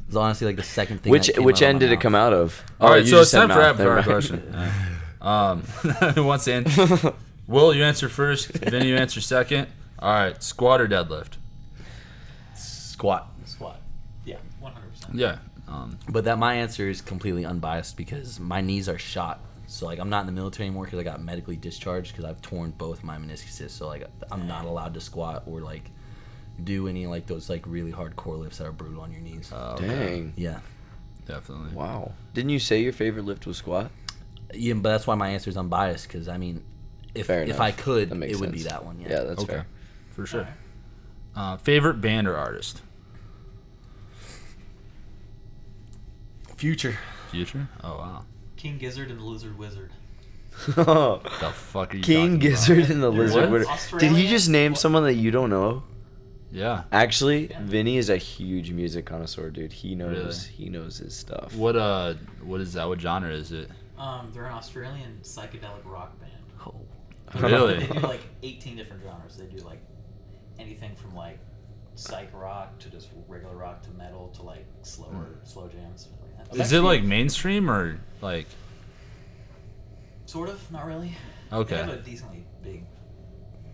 C: was honestly like the second thing.
A: which
C: that came
A: which
C: out of
A: end
C: my
A: did it
C: mouth.
A: come out of?
B: All right.
A: you
B: So
A: just
B: it's
A: said
B: time for
A: mouth,
B: rapid
A: never
B: fire
A: mind.
B: question. Um, who wants to answer? Will you answer first? Then you answer second. All right. Squat or deadlift?
C: Squat.
D: squat. Yeah, 100%.
B: Yeah. Um,
C: But that my answer is completely unbiased because my knees are shot. So like I'm not in the military anymore because I got medically discharged because I've torn both my meniscuses. So like I'm not allowed to squat or like do any like those like really hardcore lifts that are brutal on your knees.
A: Oh. Dang.
C: yeah,
B: Definitely.
A: Wow. Didn't you say your favorite lift was squat?
C: yeah, but that's why my answer is unbiased because I mean, if
A: Fair
C: if
A: enough.
C: I could,
A: That
C: it
A: makes
C: would be
A: sense.
C: that one. Yeah.
A: Yeah, that's
B: Okay.
A: fair.
B: For sure. Uh, favorite band or artist?
C: Future.
B: Future. Oh wow.
D: King Gizzard and the Lizard Wizard.
B: The fuck are you
A: King
B: talking about?
A: Oh, Gizzard and the
D: They're
A: Lizard
B: what?
A: Wizard. Did he
D: Australian?
A: just name
D: What?
A: someone that you don't know?
B: Yeah.
A: Actually,
D: Yeah.
A: Vinny is a huge music connoisseur, dude. He knows he knows his stuff.
B: What uh? What is that? What genre is it?
D: Um, they're an Australian psychedelic rock band.
B: Really?
D: They do like 18 different genres. They do like anything from like psych rock to just regular rock to metal to like slower slow jams. stuff Like that.
B: Is it like mainstream or like?
D: Sort of, not really. They have a
B: Okay.
D: decently big.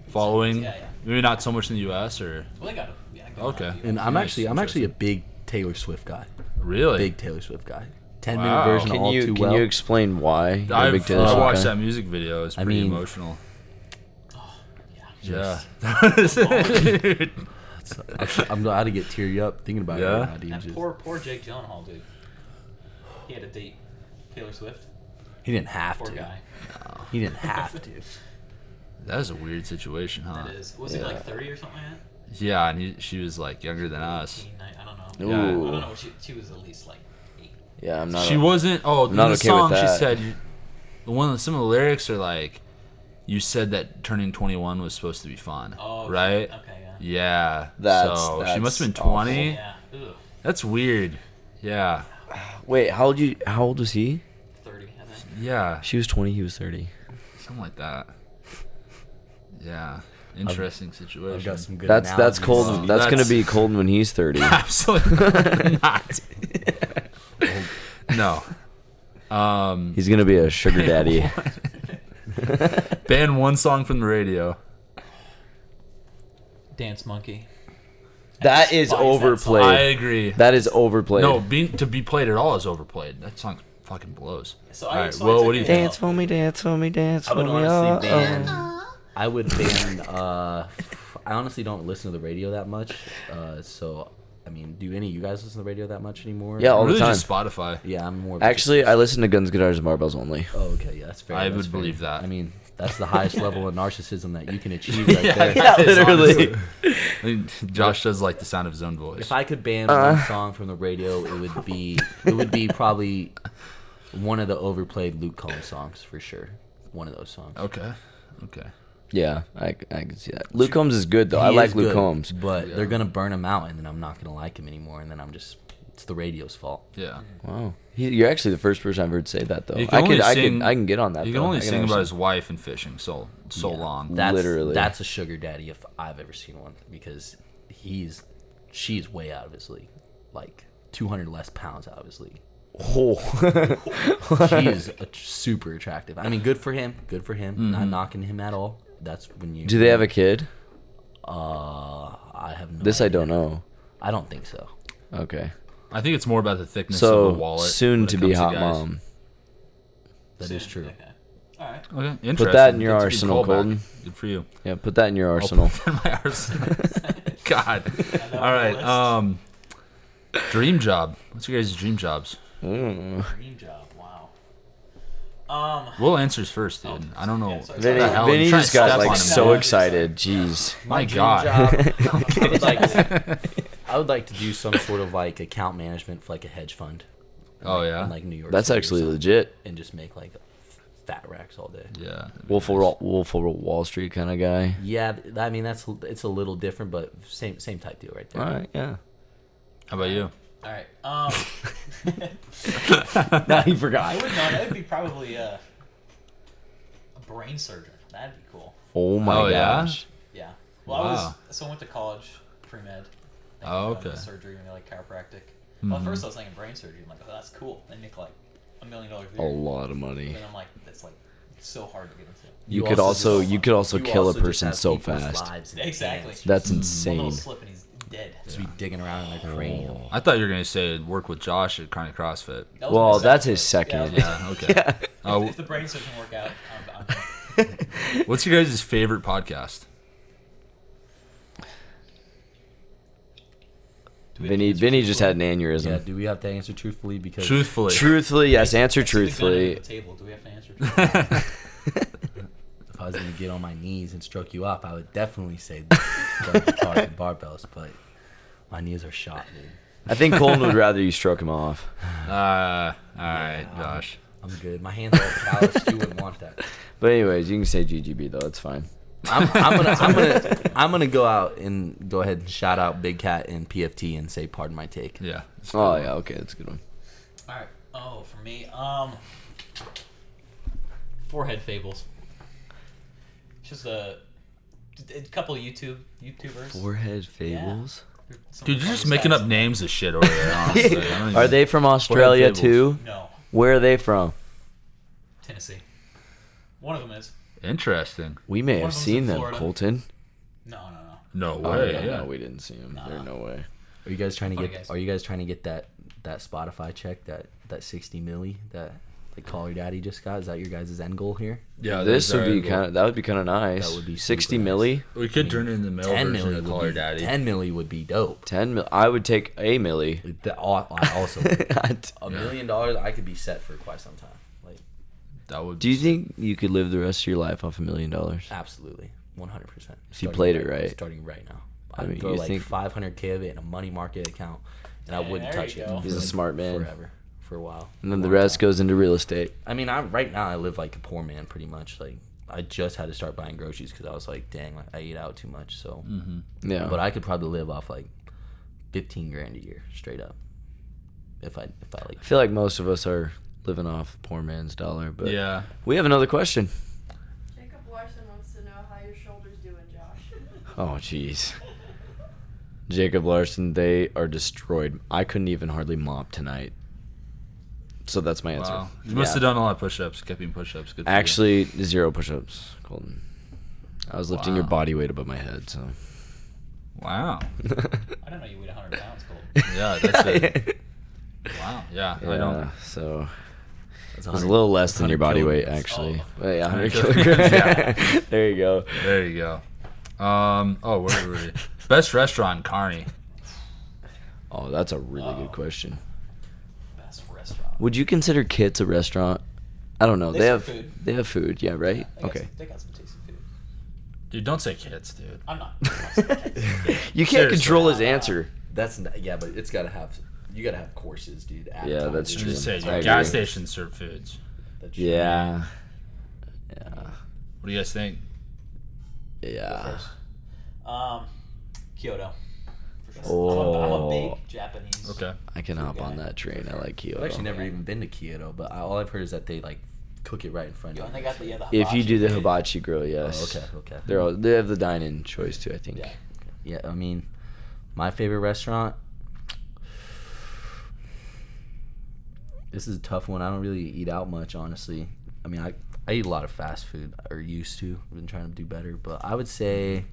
B: Following.
D: Yeah, yeah.
B: Maybe not so much in the U.S. or
D: Well, they got a. Yeah, they got a
B: Okay.
D: few.
C: And I'm
B: Nice.
C: actually I'm actually a big Taylor Swift guy.
B: really.
C: Big Taylor Swift guy. Ten
B: Wow.
C: minute version of
A: Can
C: all
A: you
C: too
A: can
C: well.
A: you explain why? you're a big
B: I've,
A: Taylor
B: I
A: Swift
B: watched
A: fan?
B: that music video. It's
C: I
B: pretty
C: mean-
B: emotional.
D: Oh,
B: Yeah.
C: Yes.
B: Dude.
C: I'm glad to get teary up thinking about
B: Yeah?
C: it. Right now, dude.
D: And
C: Just-
D: poor, poor Jake Gyllenhaal, dude. He had a date Taylor Swift.
C: he didn't have
D: Poor
C: to.
D: guy.
C: He didn't have to.
B: That is a weird situation, huh?
D: That is. Was he like 30 or something like that?
B: Yeah, and he, she was like younger than us.
D: 18, I don't know.
A: Ooh.
D: I don't know. She, she was at least like eight.
A: Yeah, I'm not.
B: She
A: a-
B: wasn't. Oh, in
A: not
B: the
A: okay with
B: song she
A: that.
B: said, you- the one some of the lyrics are like, "You said that turning 21 was supposed to be fun,
D: Oh, okay.
B: right?
D: Okay, yeah.
B: Yeah.
A: That's-
B: so she
A: that's
B: must have been
A: awful.
B: 20.
D: Yeah. Ugh.
B: That's weird. Yeah,
A: Wait, how old you? How old was he?
D: 30, I think.
B: yeah,
A: She was 20. He was 30.
B: something like that. Yeah, interesting situation.
C: I've got some good.
A: That's that's
C: analogies.
A: cold.
B: Wow.
A: that's, gonna
B: That's-
A: be Colton when he's 30.
B: Absolutely not. no. Um,
A: he's gonna be a sugar daddy.
B: ban one song from the radio.
D: Dance Monkey.
A: that is
D: Why is that
A: overplayed.
B: I agree.
A: that is overplayed.
B: No, being to be played at all is overplayed. That song fucking blows.
D: So
B: All
D: I.
B: right,
D: so
B: well, what
D: I took
B: do you
D: a-
B: think?
A: Dance for me, dance for me, dance
C: I
A: for
C: would
A: me.
C: honestly
A: oh, oh.
C: ban. I would ban. Uh, I honestly don't listen to the radio that much. Uh, so, I mean, do any of you guys listen to the radio that much anymore?
A: Yeah, all
B: really
A: the time.
B: just Spotify.
C: Yeah, I'm more. of a-
A: Actually, I listen to Guns, Guitars, and Barbells only.
C: Oh, okay. Yeah, that's fair.
B: I
C: that's
B: would
C: fair.
B: believe that.
C: I mean, that's the highest level of narcissism that you can achieve right there.
B: that is
A: literally.
B: honestly- I mean, Josh does like the sound of his own voice.
C: If I could ban
A: Uh-huh.
C: one song from the radio, it would be it would be probably one of the overplayed Luke Combs songs for sure. One of those songs.
B: okay, okay.
A: Yeah, I, I can see that. Luke Combs is good though. I
C: He
A: like
C: is
A: Luke
C: good,
A: Combs.
C: but
B: Yeah.
C: they're gonna burn him out, and then I'm not gonna like him anymore, and then I'm just it's the radio's fault.
B: Yeah,
A: Wow, he, you're actually the first person I've heard say that though.
B: You can
A: I
B: only
A: could, I
B: sing-
A: could, I can get on that.
B: he
A: though.
B: can only
A: I
B: sing about
A: understand.
B: his wife and fishing so so long.
C: That's
A: Literally.
C: that's a sugar daddy if I've ever seen one because he's she's way out of his league, like 200 less pounds out of his league.
A: Oh.
C: She is a, super attractive. I mean, good for him. Good for him. Not knocking him at all. That's when you
A: Do they have a kid?
C: Uh, I have no.
A: This I
C: idea.
A: don't know.
C: I don't think so.
A: Okay,
B: I think it's more about the thickness of the
A: so
B: wallet.
A: soon
B: when
A: to
B: it
A: be
B: comes
A: hot
B: guys.
A: mom.
C: That is true.
D: Okay. All right.
B: Okay, interesting.
A: that in your
B: That's a good
A: arsenal,
B: callback.
A: Colton.
B: Good for you.
A: Yeah, put that in your arsenal.
B: My arsenal. God.
D: on
B: All right.
D: the list.
B: Um, dream job. What's your guys' dream jobs?
D: Dream job. Wow. Um.
B: Will answers first, dude. I don't know.
D: Oh. yeah, sorry.
B: What the
A: Vinny,
B: hell? I'm
A: Vinny
B: trying
A: just
B: to
A: got
B: step on
A: like
B: him.
A: so
D: now.
A: excited. Jeez.
B: My God.
C: job. I would like. To, I would like to do some sort of like account management for like a hedge fund
B: Oh yeah.
C: in like New York.
A: That's
C: City or
A: actually
C: something,
A: legit.
C: and just make like fat racks all day.
B: yeah.
A: Wolf of Wall, Wolf of Wall Street kind of guy.
C: Yeah, th- I mean that's it's a little different, but same same type deal right there.
A: All right, yeah.
B: How about you?
D: All right. Um.
C: now he
D: I
C: forgot.
D: would not. That would be probably a, a brain surgeon. That'd be cool.
A: Oh my
B: Oh, yeah?
A: gosh.
D: Yeah. Well,
B: Wow.
D: I was. So I went to college, pre med.
B: Oh, okay. Mm-hmm.
D: Surgery, you know, like chiropractic. Well, at first I was thinking brain surgery. I'm like, oh, that's cool. They make like a million dollars a
A: A
D: year.
A: lot of money.
D: And I'm like, that's like so hard to get into.
A: You,
C: You
A: could
C: also
A: also,
C: just-
A: you could also
C: You
A: kill
C: also
A: a
C: just
A: person
C: have
A: so
C: people's
A: fast.
C: lives in your
D: Exactly.
C: hands.
A: That's
D: One little
A: insane.
D: slip and he's dead.
C: Just be digging around in
A: Oh.
C: their cranium.
B: I thought you were gonna say work with Josh at Carney CrossFit.
D: That was my
A: Well,
D: second
A: that's his
D: choice. Yeah, that was
A: second.
D: my-
B: Yeah, okay. Uh,
D: If the brain search doesn't work out, I'm, I'm
B: what's your guys' favorite podcast?
A: Vinny, Vinny just had an aneurysm.
C: Yeah, do we have to answer truthfully? Because
B: Truthfully,
A: Truthfully, yes. Answer
D: I see the gun under
A: truthfully.
D: The table. Do we have to answer? truthfully?
C: if I was gonna get on my knees and stroke you up, I would definitely say guitars and barbells. But my knees are shot, dude.
A: I think Colton would rather you stroke him off.
B: uh, all right, Josh.
C: I'm good. My hands are calloused. You wouldn't want that.
A: But anyways, you can say GGB though. It's fine.
C: I'm, I'm gonna, I'm gonna, I'm gonna go out and go ahead and shout out Big Cat and PFT and say, "Pardon my take."
B: Yeah.
A: Oh yeah, okay, that's a good one.
D: All right. Oh, for me, um, forehead fables. It's Just a, a couple of YouTube YouTubers.
A: Forehead fables.
D: Some
B: Dude,
D: of the
B: you're just
D: funniest
B: making up
D: guys.
B: names of shit over there. Honestly. I don't even-
A: Are they from Australia
B: fables.
A: too?
D: No,
A: Where are they from?
D: Tennessee. One of them is.
B: interesting?
A: We may
D: One
A: have
D: of them's
A: seen
D: in
A: them,
D: Florida.
A: Colton.
D: No, no, no.
B: No
A: Oh,
B: way.
A: yeah,
B: yeah.
A: no, we didn't see them. There's no way.
C: Are you guys trying to
D: Funny
C: get?
D: guys.
C: Are you guys trying to get that that Spotify check that that 60 milli that like Call Your Daddy just got? Is that your guys' end goal here?
B: Yeah,
A: This
B: that's
A: would be
B: very
A: kind of that would be kind of nice.
C: That would be
A: sixty
C: super nice.
A: milli,
B: cool. We could turn it in the mail
C: 10
B: version
C: milli
B: of
C: would
B: Call Your
C: be
B: Daddy.
C: 10 milli would be dope.
A: ten mil. I would take a milli.
C: That al- I also a million dollars I could be set for quite some time. Like
B: That would.
A: Do you think you could live the rest of your life off a million dollars?
C: Ah, absolutely, 100. percent If
A: you played it right.
C: starting right now,
A: I
C: I'd
A: mean,
C: throw
A: you
C: like
A: think-
C: 500k of it in a money market account, and I
D: Yeah,
C: wouldn't
D: there
C: touch
D: you
C: it.
D: go.
A: He's a
C: for, like,
A: smart man.
C: Forever, for a while.
A: And then
C: A
A: the
C: long
A: rest
C: time.
A: goes into real estate.
C: I mean, I right now I live like a poor man, pretty much. Like I just had to start buying groceries because I was like, dang, like, I eat out too much. So,
A: Mm-hmm. Yeah,
C: but I could probably live off like 15 grand a year straight up. If I if I like
A: I feel like most of us are living off poor man's dollar. But
B: Yeah.
A: we have another question.
H: Jacob Larson wants to know how your shoulder's doing, Josh.
A: Oh, jeez. Jacob Larson, they are destroyed. I couldn't even hardly mop tonight. So that's my answer.
B: Wow. You must
A: Yeah.
B: have done a lot of push-ups. Kept being push-ups. Good. for you.
A: Actually, zero push-ups, Colton. I was lifting your
B: Wow.
A: body weight above my head, so.
B: Wow.
D: I don't know you weighed 100 pounds, Colt.
B: Yeah. That's it. Wow. Yeah. I don't.
A: Yeah, so
C: that's
A: it was a
C: 100
A: little less than your
B: 100
A: body weight,
B: kilograms.
A: actually.
D: Oh.
A: But yeah, 100
B: kilograms,
A: kilograms. there you go.
B: There you go. Um. Oh, where were we? Best restaurant, in Carney.
A: Oh, that's a really good question.
D: Best restaurant.
A: Would you consider Kits a restaurant? I don't know. They,
D: They serve
A: have
D: food.
A: they have food, yeah, right?
D: They got
A: Okay.
D: some- they got some tasty food.
B: Dude, don't say kids, dude.
D: I'm not. I'm not-
A: You can't
B: Seriously.
A: control his answer.
C: That's not, yeah, but it's gotta have you gotta have courses, dude.
A: Yeah, that's
C: appetizers.
A: true.
B: Just say
A: I agree.
B: gas station serve foods.
C: That's
A: Yeah. Yeah.
B: What do you guys think?
A: Yeah.
D: um, Kyoto. For sure. I'm, a, I'm a
A: Oh,
D: big Japanese.
B: Okay.
A: I can hop on
D: guy.
A: that train. I like
C: I've actually
A: Kyoto.
C: never even been to Kyoto, but I, all I've heard is that they like cook it right in front
D: Yo,
C: of
D: and
C: you.
D: they got the, yeah, the
A: If you do the
D: hibachi.
A: hibachi grill,
C: Oh,
A: yes.
C: okay, okay.
A: They're all, they have the dine-in choice too, I think.
D: Yeah.
C: Yeah, I mean, my favorite restaurant. This is a tough one. I don't really eat out much, honestly. I mean, I I eat a lot of fast food, or used to. I've been trying to do better, but I would say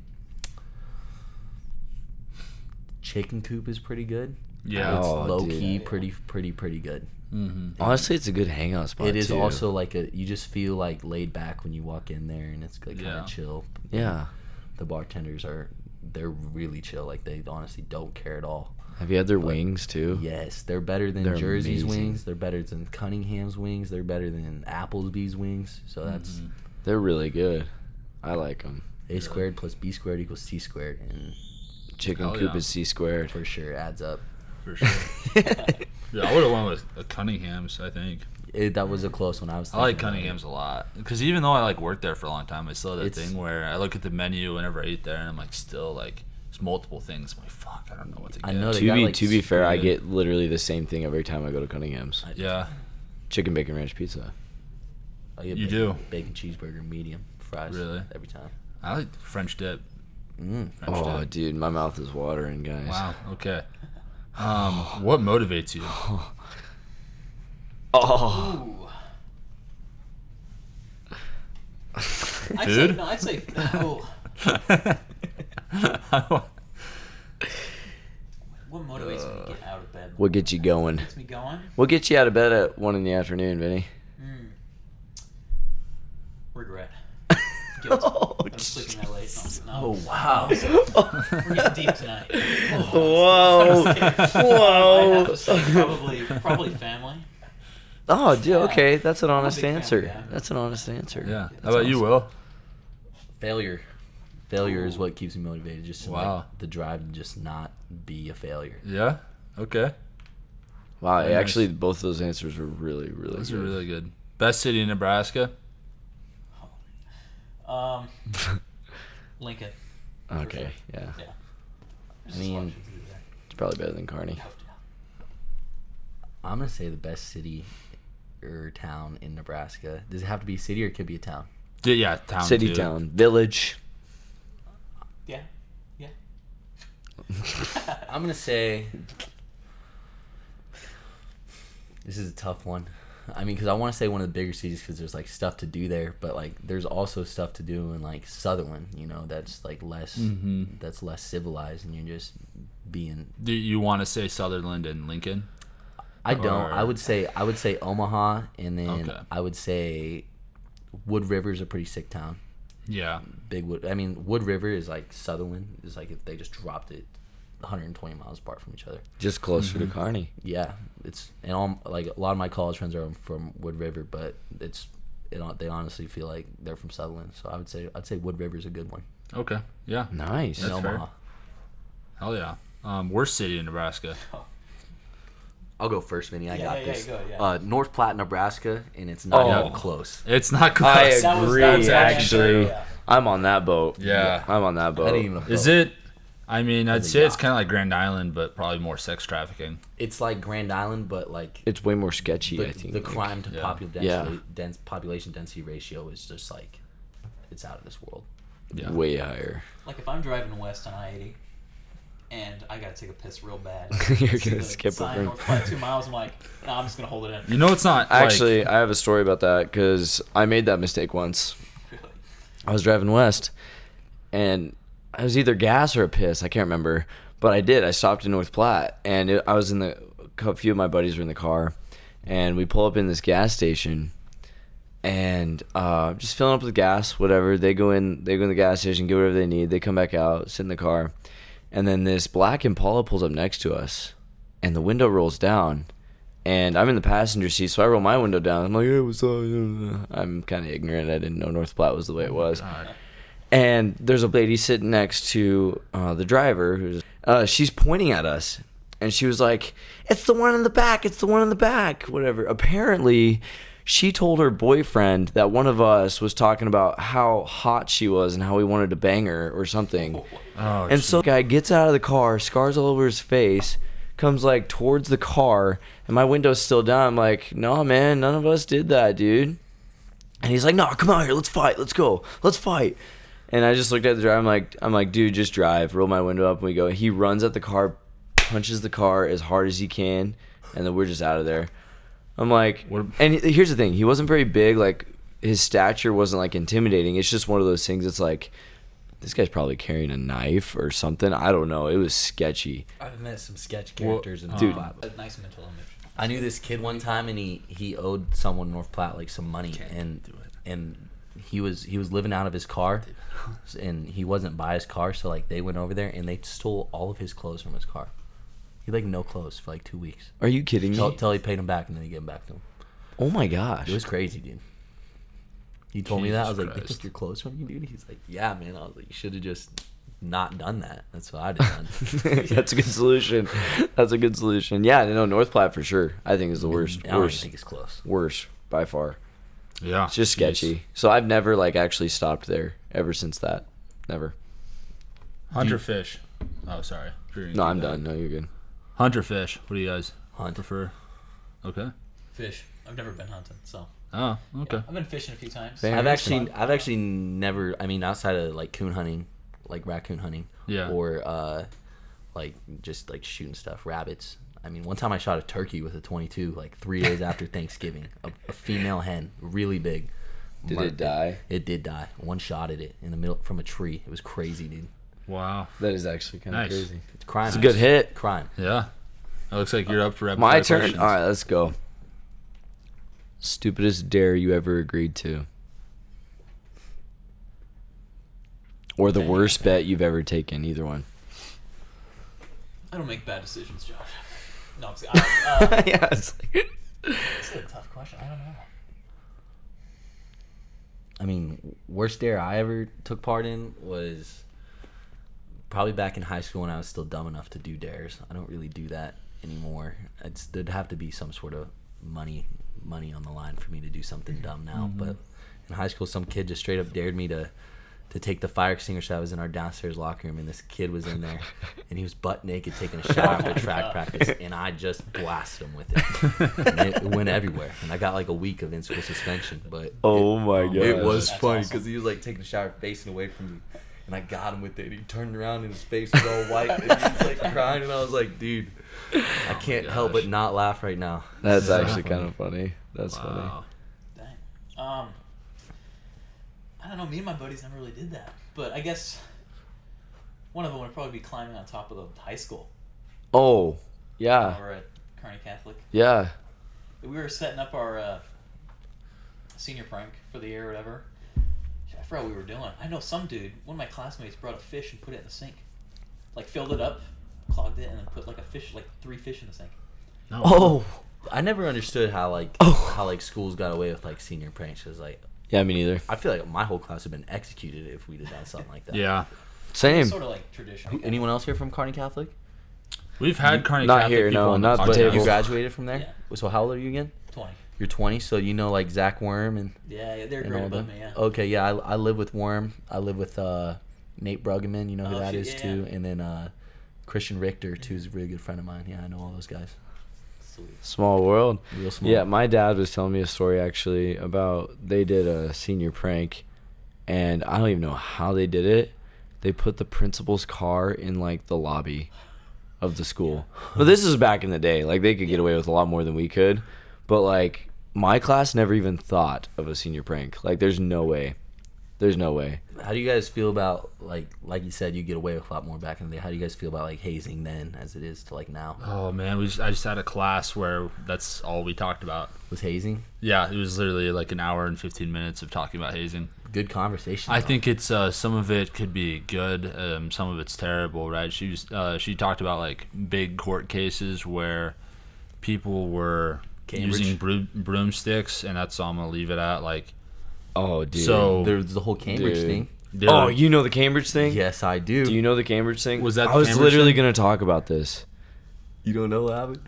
C: Chicken Coop is pretty good.
B: Yeah.
C: It's
A: Oh,
C: low
A: dude.
C: key, pretty, pretty, pretty good.
B: Mm-hmm.
A: Honestly, it's a good hangout spot.
C: it is
A: too.
C: also like a you just feel like laid back when you walk in there, and it's like, kind of
B: Yeah.
C: chill.
A: Yeah.
C: The bartenders are they're really chill. Like they honestly don't care at all.
A: Have you had their wings too?
C: Yes, they're better than
A: They're
C: Jersey's
A: amazing.
C: wings. They're better than Cunningham's wings. They're better than Applebee's wings.
B: Mm-hmm.
C: So that's
A: They're really good. I like them.
C: A squared plus B squared equals C squared, and
A: Chicken
B: Oh,
A: coop
B: yeah.
A: is C squared.
C: for sure adds up.
B: For sure. yeah, I would have went with uh, Cunningham's. I think
C: It, that was a close one. I was.
B: I like
C: thinking about it.
B: Cunningham's a lot because even though I like worked there for a long time, I still had that
C: It's-
B: thing where I look at the menu whenever I eat there, and I'm like, still like, there's multiple things. I'm like, fuck, I don't know what to get.
C: I know they
A: To
C: got,
A: be
C: like,
A: to be fair, I
B: good.
A: get literally the same thing every time I go to Cunningham's.
B: Yeah,
A: Chicken bacon ranch pizza.
C: I get
B: You
C: bacon,
B: do.
C: bacon cheeseburger medium fries.
B: Really?
C: Every time.
B: I like French dip.
C: Mm.
B: French
A: Oh,
B: dip.
A: dude, my mouth is watering, guys.
B: Wow. Okay. Um, what motivates you?
A: Oh,
D: Ooh. I'd say,
B: Food?
D: no, I'd say, oh, What motivates me to get out of bed?
A: What gets you going?
D: gets me going?
A: What gets you out of bed at one in the afternoon, Vinny?
D: Mm. Regret. Guilt.
A: oh,
D: I'm sleeping that late. No, no.
C: Oh wow.
D: We're getting deep tonight.
A: Whoa.
D: I have
A: Whoa.
D: to say probably, probably family.
A: Oh, dude, okay. That's an honest
D: big fan,
A: answer.
D: yeah.
A: That's an honest answer.
B: Yeah.
A: That's
B: How about you,
A: awesome.
B: Will?
C: failure. Failure is what keeps me motivated. Just to, like,
B: Wow.
C: the drive to just not be a failure.
B: Yeah. Okay.
A: Wow,
B: Very nice.
A: actually, both of those answers were really, really
B: Those are
A: good.
B: really good. Best city in Nebraska.
D: Um, Lincoln.
A: okay, yeah.
D: There's
C: I mean-
D: just options either.
A: It's probably better than Carney.
C: I'm gonna say the best city or town in Nebraska. Does it have to be a city or it could be a town?
B: Yeah, yeah town.
A: City,
B: dude.
A: town, village.
D: Yeah. Yeah.
C: I'm gonna say this is a tough one. I mean, because I want to say one of the bigger cities because there's like stuff to do there, but like there's also stuff to do in like Sutherland. You know, that's like less
B: Mhm.
C: that's less civilized, and you're just being
B: Do you want to say Sutherland and Lincoln?
C: I don't.
B: Or-
C: I would say I would say Omaha, and then
B: Okay.
C: I would say Wood River is a pretty sick town.
B: Yeah.
C: Big Wood. I mean, Wood River is like Sutherland. Is like if they just dropped it 120 miles apart from each other.
A: Just closer
C: Mm-hmm.
A: to Carney.
C: Yeah, it's and all like a lot of my college friends are from Wood River, but it's it, hon- they honestly feel like they're from Sutherland. So I would say I'd say Wood River's a good one.
B: Okay. Yeah.
A: Nice.
C: And
B: That's fair.
C: Omaha.
B: Hell yeah. Um, worst city in Nebraska.
C: I'll go first, Vinny. I
D: Yeah,
C: got
D: yeah, yeah,
C: this.
D: go, yeah.
C: Uh, North Platte, Nebraska, and it's not
B: Oh.
C: even close.
B: It's not
A: I
B: close.
D: That was-
A: agree,
D: that's
A: actually.
D: actually- yeah.
A: I'm on that boat.
B: Yeah.
A: I'm on that
C: I
A: boat.
C: didn't even
B: Is
C: know.
B: it? I mean, I'd
C: a
B: say it's
C: yacht.
B: kind of like Grand Island, but probably more sex trafficking.
C: It's like Grand Island, but like
A: It's way more sketchy,
C: the,
A: I think.
C: the
A: like-
C: crime to
B: Yeah.
C: popu- density,
A: Yeah.
C: dense population density ratio is just like it's out of this world.
B: Yeah.
A: Way higher.
D: Like if I'm driving west on I eighty, and I gotta take a piss real bad.
A: You're
D: I see
A: gonna
D: the
A: skip
D: sign
A: over.
D: North Platte, two miles. I'm like, nah, I'm just gonna hold it in.
B: You know, it's not like-
A: Actually, I have a story about that because I made that mistake once. I was driving west, and I was either gas or a piss. I can't remember, but I did. I stopped in North Platte, and it, I was in the. A few of my buddies were in the car, and we pull up in this gas station, and uh, just filling up with gas, whatever. They go in, they go in the gas station, get whatever they need. They come back out, sit in the car, and then this black Impala pulls up next to us, and the window rolls down, and I'm in the passenger seat, so I roll my window down. I'm like, "Hey, what's up?" I'm kind of ignorant. I didn't know North Platte was the way it was. And there's a lady sitting next to uh, the driver who's uh, she's pointing at us, and she was like, "It's the one in the back. It's the one in the back." Whatever. Apparently, she told her boyfriend that one of us was talking about how hot she was and how he wanted to bang her or something.
B: Oh,
A: And so the guy gets out of the car, scars all over his face, comes like towards the car, and my window's still down. I'm like, nah, man, none of us did that, dude. And he's like, nah, come out here, let's fight, let's go, let's fight. And I just looked at the driver. I'm like, I'm like, dude, just drive. Roll my window up, and we go. He runs at the car, punches the car as hard as he can, and then we're just out of there. I'm like,
B: What-
A: and here's the thing: he wasn't very big. Like his stature wasn't like intimidating. It's just one of those things. It's like this guy's probably carrying a knife or something. I don't know. It was sketchy.
C: I've met some sketch
B: Well,
C: characters in
A: dude.
C: North Platte.
D: A nice mental image.
C: I knew this kid one time, and he he owed someone in North Platte like some money, and and he was he was living out of his car, and he wasn't by his car, so like they went over there and they stole all of his clothes from his car. He had, like no clothes for like two weeks.
A: Are you kidding me?
C: Till, till he paid him back, and then he gave him back to him.
A: Oh my
C: It
A: gosh.
C: was crazy, dude. He told me that. I was
B: Jesus
C: like, they
B: Christ.
C: took your clothes from you, dude? He's like, yeah, man. I was like, you should have just not done that. That's what I'd have done.
A: That's a good solution. That's a good solution. Yeah, no, North Platte for sure. I think is the worst.
C: I don't even
A: Worst.
C: think it's close.
A: Worst by far.
B: yeah,
A: It's just sketchy. So I've never like actually stopped there ever since that. Never.
B: Hunter fish. Oh, sorry. You're gonna
A: No,
B: keep
A: I'm
B: that.
A: done. No, you're good.
B: Hunter fish. What do you guys
C: Hunt.
B: prefer? Okay.
D: Fish. I've never been hunting, so
B: Oh, okay.
D: I've been fishing a few times.
A: Fair.
C: I've
A: Yeah,
C: actually, I've actually never. I mean, outside of like coon hunting, like raccoon hunting,
B: Yeah.
C: or uh, like just like shooting stuff, rabbits. I mean, one time I shot a turkey with a 22, like three days after Thanksgiving, a, a female hen, really big.
A: Did
C: Marked
A: it die?
C: It did die. One shot at it in the middle from a tree. It was crazy, dude.
B: Wow.
A: That is actually kind of
B: Nice.
A: crazy.
C: It's crime.
A: It's a good hit.
C: Crime.
B: Yeah. It looks like you're up for
A: My
B: rapid-fire
A: turn.
B: questions.
A: All right, let's go. Stupidest dare you ever agreed to, or the worst bet you've ever taken. Either one.
D: I don't make bad decisions, Josh. No, I'm just, I, uh,
A: yeah, it's like-
D: that's a tough question. I don't know.
C: I mean, worst dare I ever took part in was probably back in high school when I was still dumb enough to do dares. I don't really do that anymore. It's, there'd have to be some sort of money money on the line for me to do something dumb now. But in high school, some kid just straight up dared me to to take the fire extinguisher that was in our downstairs locker room, and this kid was in there, and he was butt naked taking a shower after track practice, and I just blasted him with it. and it went everywhere, and I got like a week of in school suspension. But
A: oh my god.
C: it was
D: That's
C: funny
D: awesome.
C: because he was like taking a shower, facing away from me, and I got him with it. He turned around and his face was all white, and he was like crying, and I was like, "Dude, I can't help
B: gosh.
C: but not laugh right now."
A: That's actually kind of funny. That's
B: Wow.
D: Dang. Um, I don't know. Me and my buddies never really did that, but I guess one of them would probably be climbing on top of the high school
A: funny. Oh, yeah,
D: over at Kearney Catholic.
A: yeah.
D: we were setting up our uh, senior prank for the year or whatever. Shit, I forgot what we were doing. I know some dude, one of my classmates brought a fish and put it in the sink. Like filled it up, clogged it, and then put like a fish, like three fish in the sink.
B: No.
A: Oh,
C: I never understood how like
A: Oh.
C: how like schools got away with like senior pranks. Cause like
A: yeah. Me neither.
C: I feel like my whole class would have been executed if we did done something like that.
B: Yeah.
A: Same.
D: Sort of like traditional.
C: Who- Anyone else here from Carney Catholic?
B: We've had Carney
A: Not
B: Catholic
A: here,
B: people
A: no,
B: on
A: not the
B: podcast.
A: table.
C: You graduated from there.
D: Yeah.
C: So how old are you again?
D: 20.
C: You're 20, so you know like Zach Worm and
D: Yeah, yeah, they're
C: and
D: great
C: all
D: above
C: them.
D: me, yeah.
C: Okay, yeah, I, I live with Worm. I live with uh, Nate Bruggeman. You know who
D: Oh,
C: that
D: shit,
C: is
D: yeah,
C: too.
D: yeah.
C: And then uh, Christian Richter too is a really good friend of mine. Yeah, I know all those guys.
D: Sweet.
A: Small world.
C: Real small.
A: Yeah, my dad was telling me a story actually about they did a senior prank, and I don't even know how they did it. They put the principal's car in like the lobby of the school. But this is back in the day. Like they could get away with a lot more than we could. But like my class never even thought of a senior prank. Like there's no way. There's no way.
C: How do you guys feel about like like you said you get away with a lot more back in the day? How do you guys feel about like hazing then as it is to like now?
B: Oh man, we just, I just had a class where that's all we talked about.
C: Was hazing
B: Yeah, it was literally like an hour and 15 minutes of talking about hazing.
C: good conversation?
B: I
C: though.
B: think it's uh, some of it could be good, um, some of it's terrible, right? She was, uh, she talked about like big court cases where people were
C: Cambridge.
B: using broom, broomsticks, and that's all I'm gonna leave it at. Like,
A: Oh, dude.
B: so
C: there's the whole Cambridge
A: Dude.
C: thing.
B: dude,
A: Oh, you know the Cambridge thing?
C: Yes, I do.
A: Do you know the Cambridge thing?
B: Was that
A: I
B: the
A: was
B: Cambridge
A: literally
B: thing?
A: gonna talk about this,
C: You don't know what happened?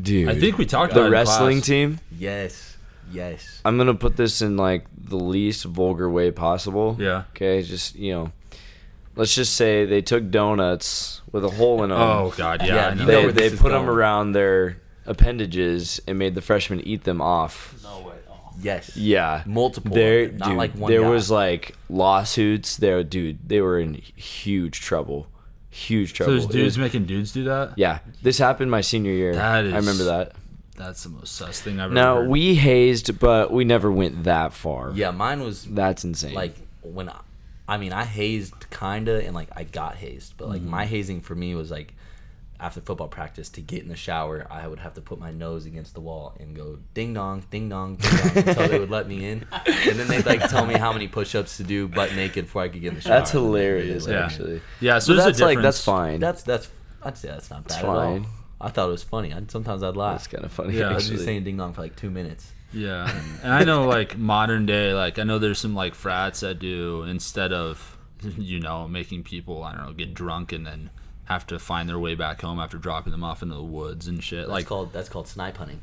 A: dude.
B: I think we talked about it
A: the
B: in
A: wrestling
B: class.
A: team.
C: Yes, yes.
A: I'm gonna put this in like the least vulgar way possible.
B: Yeah.
A: Okay, just you know, let's just say they took donuts with a hole in them.
B: Oh god, yeah,
C: Yeah,
B: I know.
C: you
A: they
C: know where
A: they
C: this is
A: put them
C: going.
A: around their appendages and made the freshmen eat them off.
D: No way. Oh.
C: Yes.
A: Yeah,
C: Multiple.
A: There,
C: not
A: dude,
C: like one.
A: there
C: guy.
A: was like lawsuits. There, dude, they were in huge trouble. Huge
B: So
A: trouble.
B: there's
A: It
B: dudes
A: was-
B: making dudes do that.
A: yeah, this happened my senior year.
B: That is-
A: I remember that.
B: That's the most sus thing I've
A: Now
B: ever heard.
A: we hazed, but we never went that far.
C: Yeah, mine was
A: that's insane.
C: like when I, I mean I hazed kinda and like I got hazed, but
A: Mm-hmm.
C: like my hazing for me was like after football practice to get in the shower, I would have to put my nose against the wall and go ding dong, ding dong, ding dong until they would let me in, and then they'd like tell me how many push-ups to do butt naked before I could get in the shower.
A: That's hilarious,
C: Yeah.
A: actually.
B: Yeah,
A: But
B: so there's a
A: that's like that's
B: difference.
A: fine. That's,
C: That's that's I'd say that's not bad at
A: fine.
C: all. I thought it was funny. I'd, sometimes I'd laugh.
A: kind of funny.
B: Yeah,
C: I was just
A: actually.
C: saying ding dong for like two minutes.
B: Yeah, and I know like modern day, like I know there's some like frats that do instead of you know making people I don't know get drunk and then have to find their way back home after dropping them off into the woods and shit.
C: That's
B: like
C: called that's called snipe hunting.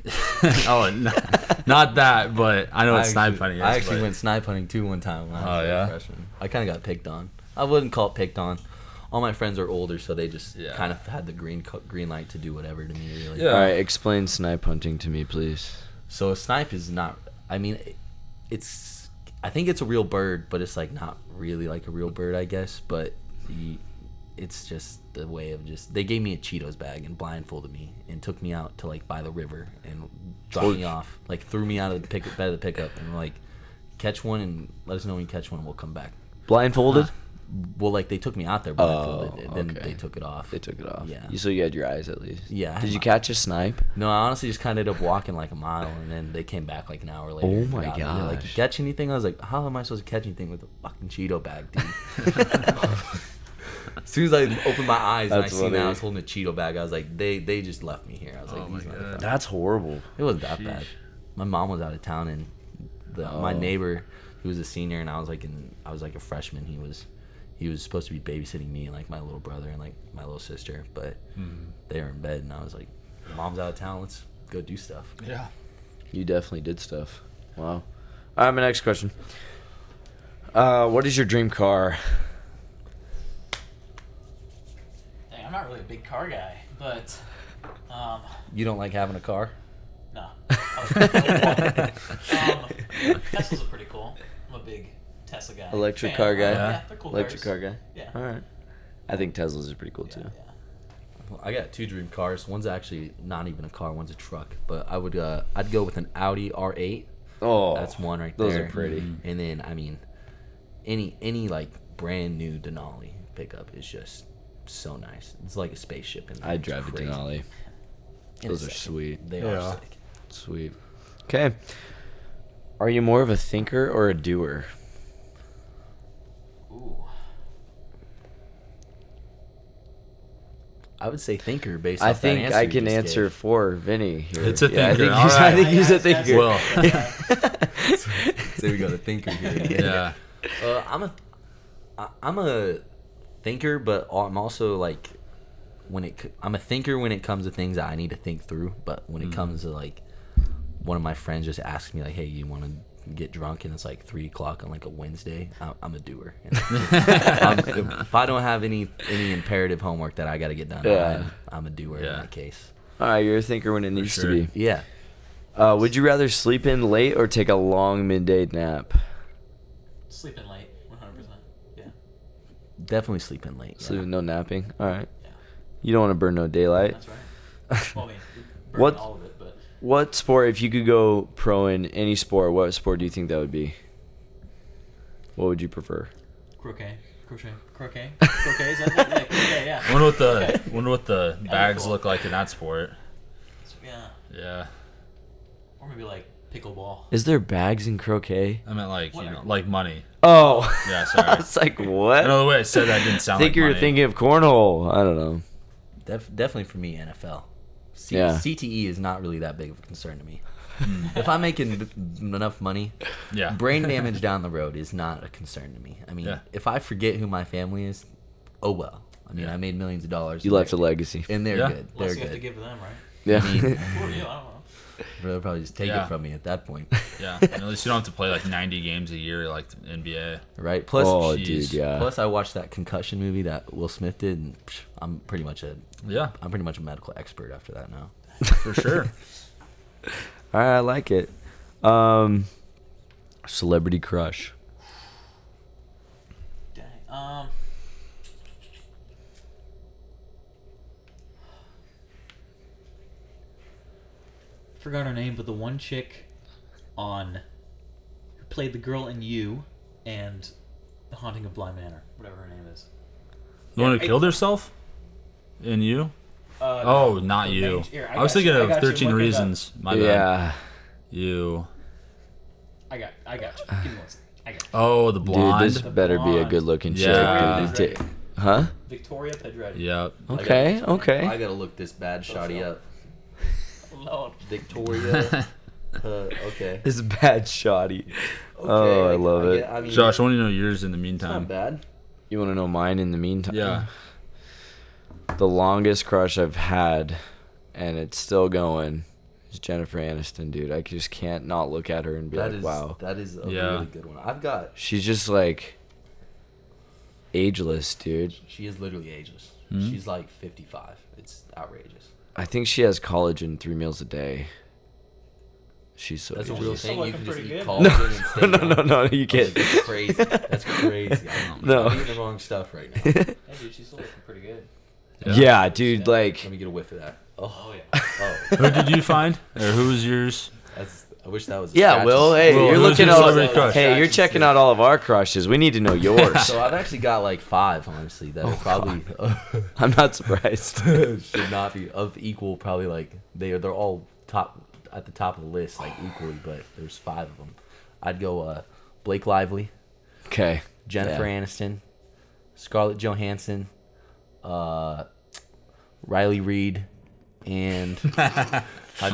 B: oh, n- not that, but I know
C: I
B: it's snipe
C: actually-
B: hunting.
C: I
B: is,
C: actually
B: but-
C: went snipe hunting too one time when I
B: Oh,
C: was
B: yeah?
C: a freshman. I kind of got picked on. I wouldn't call it picked on. All my friends are older, so they just
B: Yeah.
C: kind of had the green co- green light to do whatever to me. Really.
B: Yeah.
A: All right, explain snipe hunting to me, please.
C: So a snipe is not. I mean, it- it's. I think it's a real bird, but it's like not really like a real bird, I guess. But you, it's just the way of just. They gave me a Cheetos bag and blindfolded me and took me out to like by the river and dropped me off, like threw me out of the pick bed of the pickup and were like, catch one and let us know when you catch one, we'll come back.
A: Blindfolded?
C: well, like they took me out there, but I felt
A: Oh,
C: it. then
A: okay.
C: they took it off.
A: They took it off.
C: Yeah.
A: You, so you had your eyes at least.
C: Yeah, I
A: Did
C: had
A: you
C: my-
A: catch a snipe?
C: No, I honestly just kind of ended up walking like a mile, and then they came back like an hour later.
A: Oh
C: and
A: my
C: forgot me. They're Like, you
A: gosh.
C: catch anything? I was like, how am I supposed to catch anything with a fucking Cheeto bag, dude? as soon as I opened my eyes and I
A: That's
C: seen that I
A: funny. Oh
C: was holding a Cheeto bag, I was like, they they just left me here. I was like,
B: Oh my
C: these
B: God.
C: motherfuckers.
A: That's horrible.
C: It wasn't that bad.
B: Sheesh.
C: My mom was out of town, and the, my
A: Oh.
C: neighbor, who was a senior, and I was like, in, I was like a freshman. He was, he was supposed to be babysitting me and like my little brother and like my little sister, but
B: Mm-hmm.
C: they were in bed, and I was like, mom's out of town. Let's go do stuff.
B: Yeah.
A: You definitely did stuff. Wow. All right, my next question. Uh, what is your dream car?
D: Dang, I'm not really a big car guy, but um,
C: You don't like having a car?
D: no. um, Teslas are pretty cool. I'm a big Tesla guy.
A: Electric
D: fan.
A: car guy?
D: Yeah, they're cool
A: Electric car
D: cars.
A: guy.
D: Yeah.
A: All right. I think Teslas are pretty cool
D: Yeah,
A: too.
D: yeah.
C: Well, I got two dream cars. One's actually not even a car. One's a truck. But I would, uh, I'd go with an Audi R8.
A: Oh,
C: That's one right
A: those
C: there. Mm-hmm.
A: are pretty. Mhm.
C: And then I mean, any any like brand new Denali pickup is just so nice. It's like a spaceship. And
A: I drive a Denali. Those are sweet.
C: They
B: Yeah.
C: are sick.
A: Sweet. Okay. Are you more of a thinker or a doer?
D: Ooh.
C: I would say thinker based.
A: I
C: off that
A: think
C: answer
A: I
C: you
A: can
C: just
A: answer
C: gave.
A: for Vinny here.
B: It's a
A: Yeah, I
B: thinker,
A: think he's, I
B: alright.
A: think he's a
D: Yeah,
A: thinker.
B: Well,
C: So we got a thinker here.
B: yeah.
C: Uh, I'm a, I- I'm a thinker, but I'm also like, when it, c- I'm a thinker when it comes to things that I need to think through. But when it comes to like, one of my friends just asks me like, "Hey, you want to get drunk?" And it's like three o'clock on like a Wednesday. I'm, I'm a doer. I'm- if I don't have any any imperative homework that I got to get done,
A: Yeah.
C: I'm, I'm a doer in
B: Yeah.
C: that case.
A: All right, you're a thinker when it needs
B: sure.
A: to be.
C: Yeah.
A: Uh, would you rather sleep in late or take a long midday nap?
D: Sleeping late, 100%. Yeah.
C: Definitely sleeping late. yeah.
A: Sleeping, no napping. All right.
D: Yeah.
A: You don't want to burn no daylight.
D: That's right. Well, I mean, burn
A: What-
D: all of it, but
A: What sport, if you could go pro in any sport, what sport do you think that would be? What would you prefer?
D: croquet, crochet, croquet, croquet. Is that it? Yeah, croquet, yeah.
B: Wonder what the wonder what the bags
D: cool.
B: look like in that sport.
D: Yeah.
B: Yeah.
D: Or maybe like pickleball.
A: Is there bags in croquet?
B: I meant like you know,
D: Whatever.
B: like money.
A: Oh,
B: Yeah,
A: I
B: sorry.
A: was like,
B: I
A: what?
B: know the way I said that didn't
A: I
B: sound
A: think
B: like
A: you were
B: money.
A: thinking of cornhole. I don't know.
C: Def- definitely for me, NFL. C-
A: Yeah.
C: CTE is not really that big of a concern to me. if I'm making b- enough money,
B: Yeah.
C: brain damage down the road is not a concern to me. I mean,
B: Yeah.
C: if I forget who my family is, oh well. I mean,
B: Yeah.
C: I made millions of dollars.
A: You
C: and
A: left a
C: they're-
A: legacy.
C: and they're
B: Yeah.
C: good.
D: Unless
C: They're
D: you have to
C: good.
D: give them, right?
A: Yeah.
C: mean-
D: Who are you? I don't know.
C: They'll probably just take
B: Yeah.
C: it from me at that point,
B: Yeah. And at least you don't have to play like 90 games a year like the NBA.
C: right? Plus,
A: oh,
B: jeez.
A: dude, yeah.
C: plus I watched that concussion movie that Will Smith did, and psh, I'm pretty much a
B: Yeah,
C: I'm pretty much a medical expert after that now.
B: for sure.
A: All right, I like it. Um, celebrity crush.
D: Dang. Um. Forgot her name, but the one chick on who played the girl in You and The Haunting of Blind Manor, whatever her name is.
B: The one who killed herself? And you?
D: Uh,
B: Oh, not
D: the
B: you.
D: mage- here, I
B: I was
D: got you,
B: thinking
D: I
B: of
D: got you,
B: 13
D: look it up.
B: Reasons. My bad.
A: yeah.
B: You.
D: I got, I got you. Give me one second. I got you.
B: Oh, the blonde.
A: Dude, this better be a
D: blonde.
A: good looking
B: Yeah.
A: chick, dude. This di- Huh?
D: Victoria Pedretti.
B: Yep.
A: Okay,
C: I
A: okay.
C: gotta look this bad shoddy up.
D: Lord.
C: Victoria. uh, okay.
A: This is bad shoddy. Oh, I
C: like,
A: love it.
C: get- I mean,
B: Josh, I want you to know yours in the
C: it's not
B: meantime.
C: bad.
A: You want to know mine in the meantime?
B: Yeah.
A: The longest crush I've had, and it's still going, is Jennifer Aniston, dude. I just can't not look at her and be
C: That
A: like,
C: is
A: wow.
C: That is a
B: Yeah.
C: really good one. I've got.
A: She's just like ageless, dude.
C: She is literally ageless. She's like 55. It's outrageous.
A: I think she has collagen three meals a day. She's so
C: That's a
A: ageless.
C: real
D: still
C: thing. You
D: looking
C: can just
D: pretty
C: eat
D: good.
C: collagen and stay
A: no,
C: young.
A: no, no, you
C: That's
A: can't.
C: crazy. That's crazy. I'm
A: No.
C: eating the wrong stuff right now.
D: Yeah, dude, she's still looking pretty good.
A: Yeah, dude,
D: Yeah.
A: like
C: Let me get a whiff of that. Oh,
D: Oh yeah.
C: oh.
B: who did you find? Or who was yours?
C: That's, I wish that was. a
A: Yeah,
C: scratch
A: Will.
C: and-
A: Hey,
B: Will,
A: you're
B: who's
A: looking
B: your
A: out.
B: celebrity crush?
A: Hey, you're checking out all of our crushes. We need to know yours.
C: So I've actually got like five, honestly, that are probably
A: I'm not surprised.
C: should not be of equal. Probably like they are. They're all top at the top of the list, like equally. But there's five of them. I'd go uh, Blake Lively,
A: Okay.
C: Jennifer Aniston, Scarlett Johansson, uh, Riley Reed, and I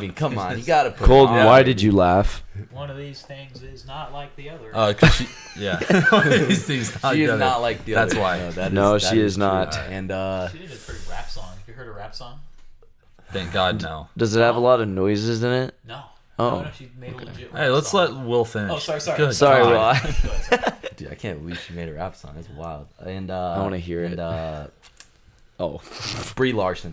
C: mean, come on, you gotta put
A: Colton,
C: it on.
A: why did you laugh?
D: One of these things is not like the other.
B: Uh, 'cause she, yeah, these things not
C: She is
B: together.
C: not like the
B: That's
C: other.
B: why.
C: that
A: No,
C: that
A: she is
C: true.
A: not.
C: And uh,
D: she did a pretty rap song. Have you heard a rap song?
B: Thank God, no.
A: Does it have a lot of noises in it?
D: No.
A: Oh,
D: No, no, she made a legit
B: Hey,
D: rap
B: let's
D: song.
B: let Will finish.
D: Oh, sorry, sorry.
B: Good
A: Sorry,
B: God.
A: Will. I-
D: Go ahead, sorry.
C: dude, I can't believe she made a rap song. That's wild. And uh,
A: I wanna hear
C: and,
A: it.
C: Uh,
A: Oh, all
C: Brie Larson.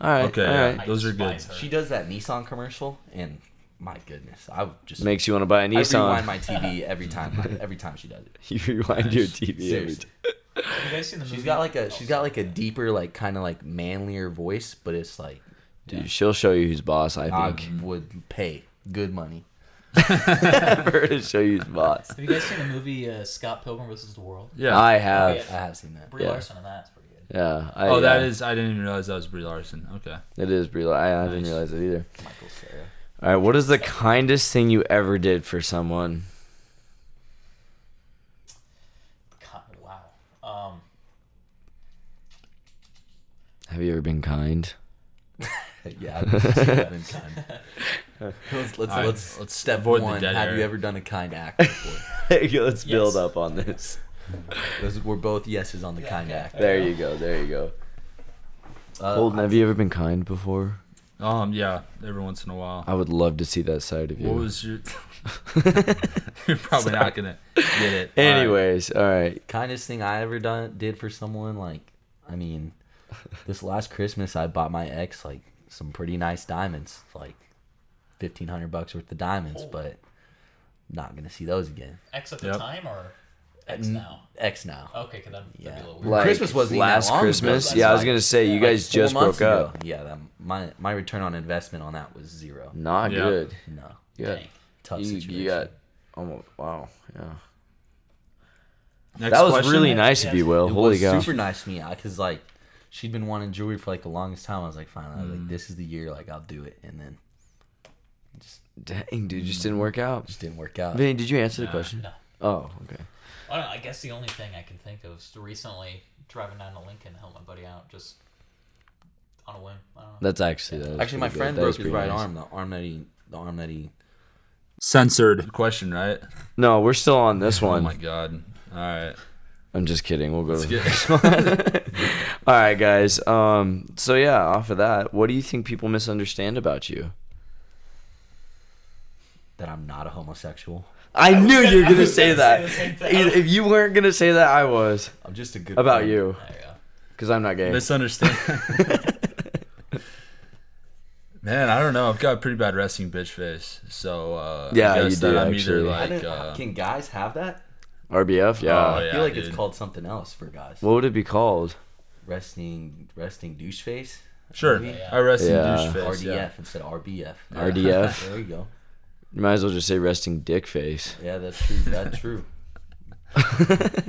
A: right.
B: Okay,
A: all
B: yeah.
A: right.
B: Those are
D: despise
B: good.
D: her.
C: She does that Nissan commercial, and my goodness, I would just
A: Makes you want to buy a
C: I rewind
A: Nissan.
C: my TV every time. Every time she does it,
A: you rewind your TV. Every
C: seriously.
A: time.
D: You guys seen the movie?
C: She's got like a she's got like a deeper, like kind of like manlier voice, but it's like
A: Dude, she'll show you who's boss. I
C: I
A: think.
C: would pay good money.
A: For her to show you who's boss.
D: Have you guys seen the movie uh, Scott Pilgrim versus the World?
B: Yeah.
A: I
C: I
A: have.
D: Yeah.
C: have seen that.
D: Brie
A: Yeah.
D: Larson and that's pretty good.
A: Yeah. I,
B: oh, that
A: yeah.
B: is. I didn't even realize that was Brie Larson. Okay.
A: It is Brie. Lar- I, I didn't realize it either.
C: Michael Cera.
A: All right. What is the kindest thing you ever did for someone?
D: God, wow. Um,
A: Have you ever been kind?
C: Yeah, I've seen that in time. Let's let's,
B: right,
C: let's,
B: let's
C: step
B: avoid the
C: one.
B: dead
C: Have you
B: area.
C: ever done a kind act before?
A: Let's build
D: Yes.
A: up on this.
C: Those were both yeses on the kind act.
A: There you go. There you go.
C: Uh,
A: Holden, have you ever been kind before?
B: Um. Yeah. Every once in a while.
A: I would love to see that side of you.
B: What was your? You're probably not gonna get it. All right.
A: Anyways, all right.
C: kindest thing I ever done did for someone. Like, I mean, this last Christmas I bought my ex like some pretty nice diamonds, like fifteen hundred bucks worth of
D: Oh.
C: diamonds, but not gonna see those again.
D: X at the
B: Yep.
D: time or X
C: N-
D: now?
C: Ex now.
D: Okay, because that'd, that'd be a little weird.
A: Like,
C: Christmas wasn't even that
A: last
C: long ago.
A: Christmas.
C: That's
A: Yeah, I was
C: like-
A: gonna say you
C: Like,
A: guys
C: four
A: just
C: months
A: broke
C: ago.
A: up.
C: Yeah, that, my my return on investment on that was zero.
A: Not
B: Yeah.
A: good.
C: No,
A: Good.
C: tough
A: You,
C: situation.
A: you got almost wow. Yeah.
B: Next
A: That was
B: question.
A: really nice of you, Will.
C: It
A: Holy
C: was
A: cow.
C: super nice to me because like she'd been wanting jewelry for like the longest time. I was like, finally, I was
A: Mm.
C: like this is the year. Like I'll do it, and then
A: Dang, dude, just didn't work out.
C: just didn't work out.
A: Vinny, did you answer the question?
D: No.
A: Oh, okay.
D: I, don't know, I guess the only thing I can think of is recently driving down to Lincoln to help my buddy out just on a whim. I don't know.
A: That's actually that is
C: Actually, my
A: pretty good.
C: friend
A: That
C: broke
A: is
C: his
A: pretty
C: right
A: nice.
C: arm. The arm that he, the arm that he.
B: censored question, right?
A: No, we're still on this
B: Oh
A: one.
B: my God. All right.
A: I'm just kidding. We'll go to the
B: get-
A: next one. All right, guys. Um, so yeah, off of that, what do you think people misunderstand about you?
C: That I'm not a homosexual.
A: I, knew you were
D: I
A: gonna
D: was
A: say
D: gonna
A: that.
D: say the same thing.
A: if you weren't gonna say that, I was
C: I'm just a good.
A: about
C: friend.
A: you
D: There you go.
A: because I'm not gay.
B: Misunderstand. Man, I don't know. I've got a pretty bad resting bitch face. So uh, I
A: Yeah, you
B: guess that
A: do,
B: I'm
A: actually.
B: either
C: I
B: like.
C: didn't-
B: Uh,
C: can guys have that?
A: RBF, yeah.
B: Oh,
C: I
B: yeah,
C: feel like
B: dude.
C: it's called something else for guys.
A: What would it be called?
C: resting, resting douche face.
B: Sure.
C: Maybe?
B: I rest
A: Yeah.
B: in douche face.
C: RDF
B: Yeah.
C: instead of RBF.
A: RDF?
C: There you go.
A: You might as well just say resting dick face.
C: Yeah, that's true. That's true.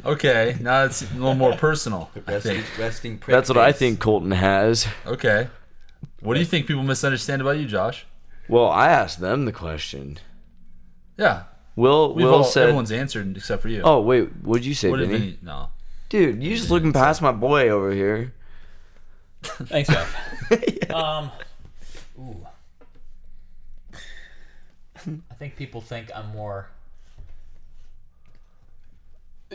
B: Okay. Now it's a little more personal. I
C: Resting,
B: think.
C: resting. prick
A: That's what I
C: face.
A: think Colton has.
B: Okay. What do you think people misunderstand about you, Josh?
A: Well, I asked them the question.
B: Yeah.
A: Will
B: We've
A: Will
B: all,
A: said,
B: everyone's answered except for you.
A: "Oh wait, what'd you say,
B: what did
A: Vinny?
B: Vinny? No.
A: Dude, you just looking past my boy over here.
D: Thanks, Jeff. Um, ooh. I think people think I'm more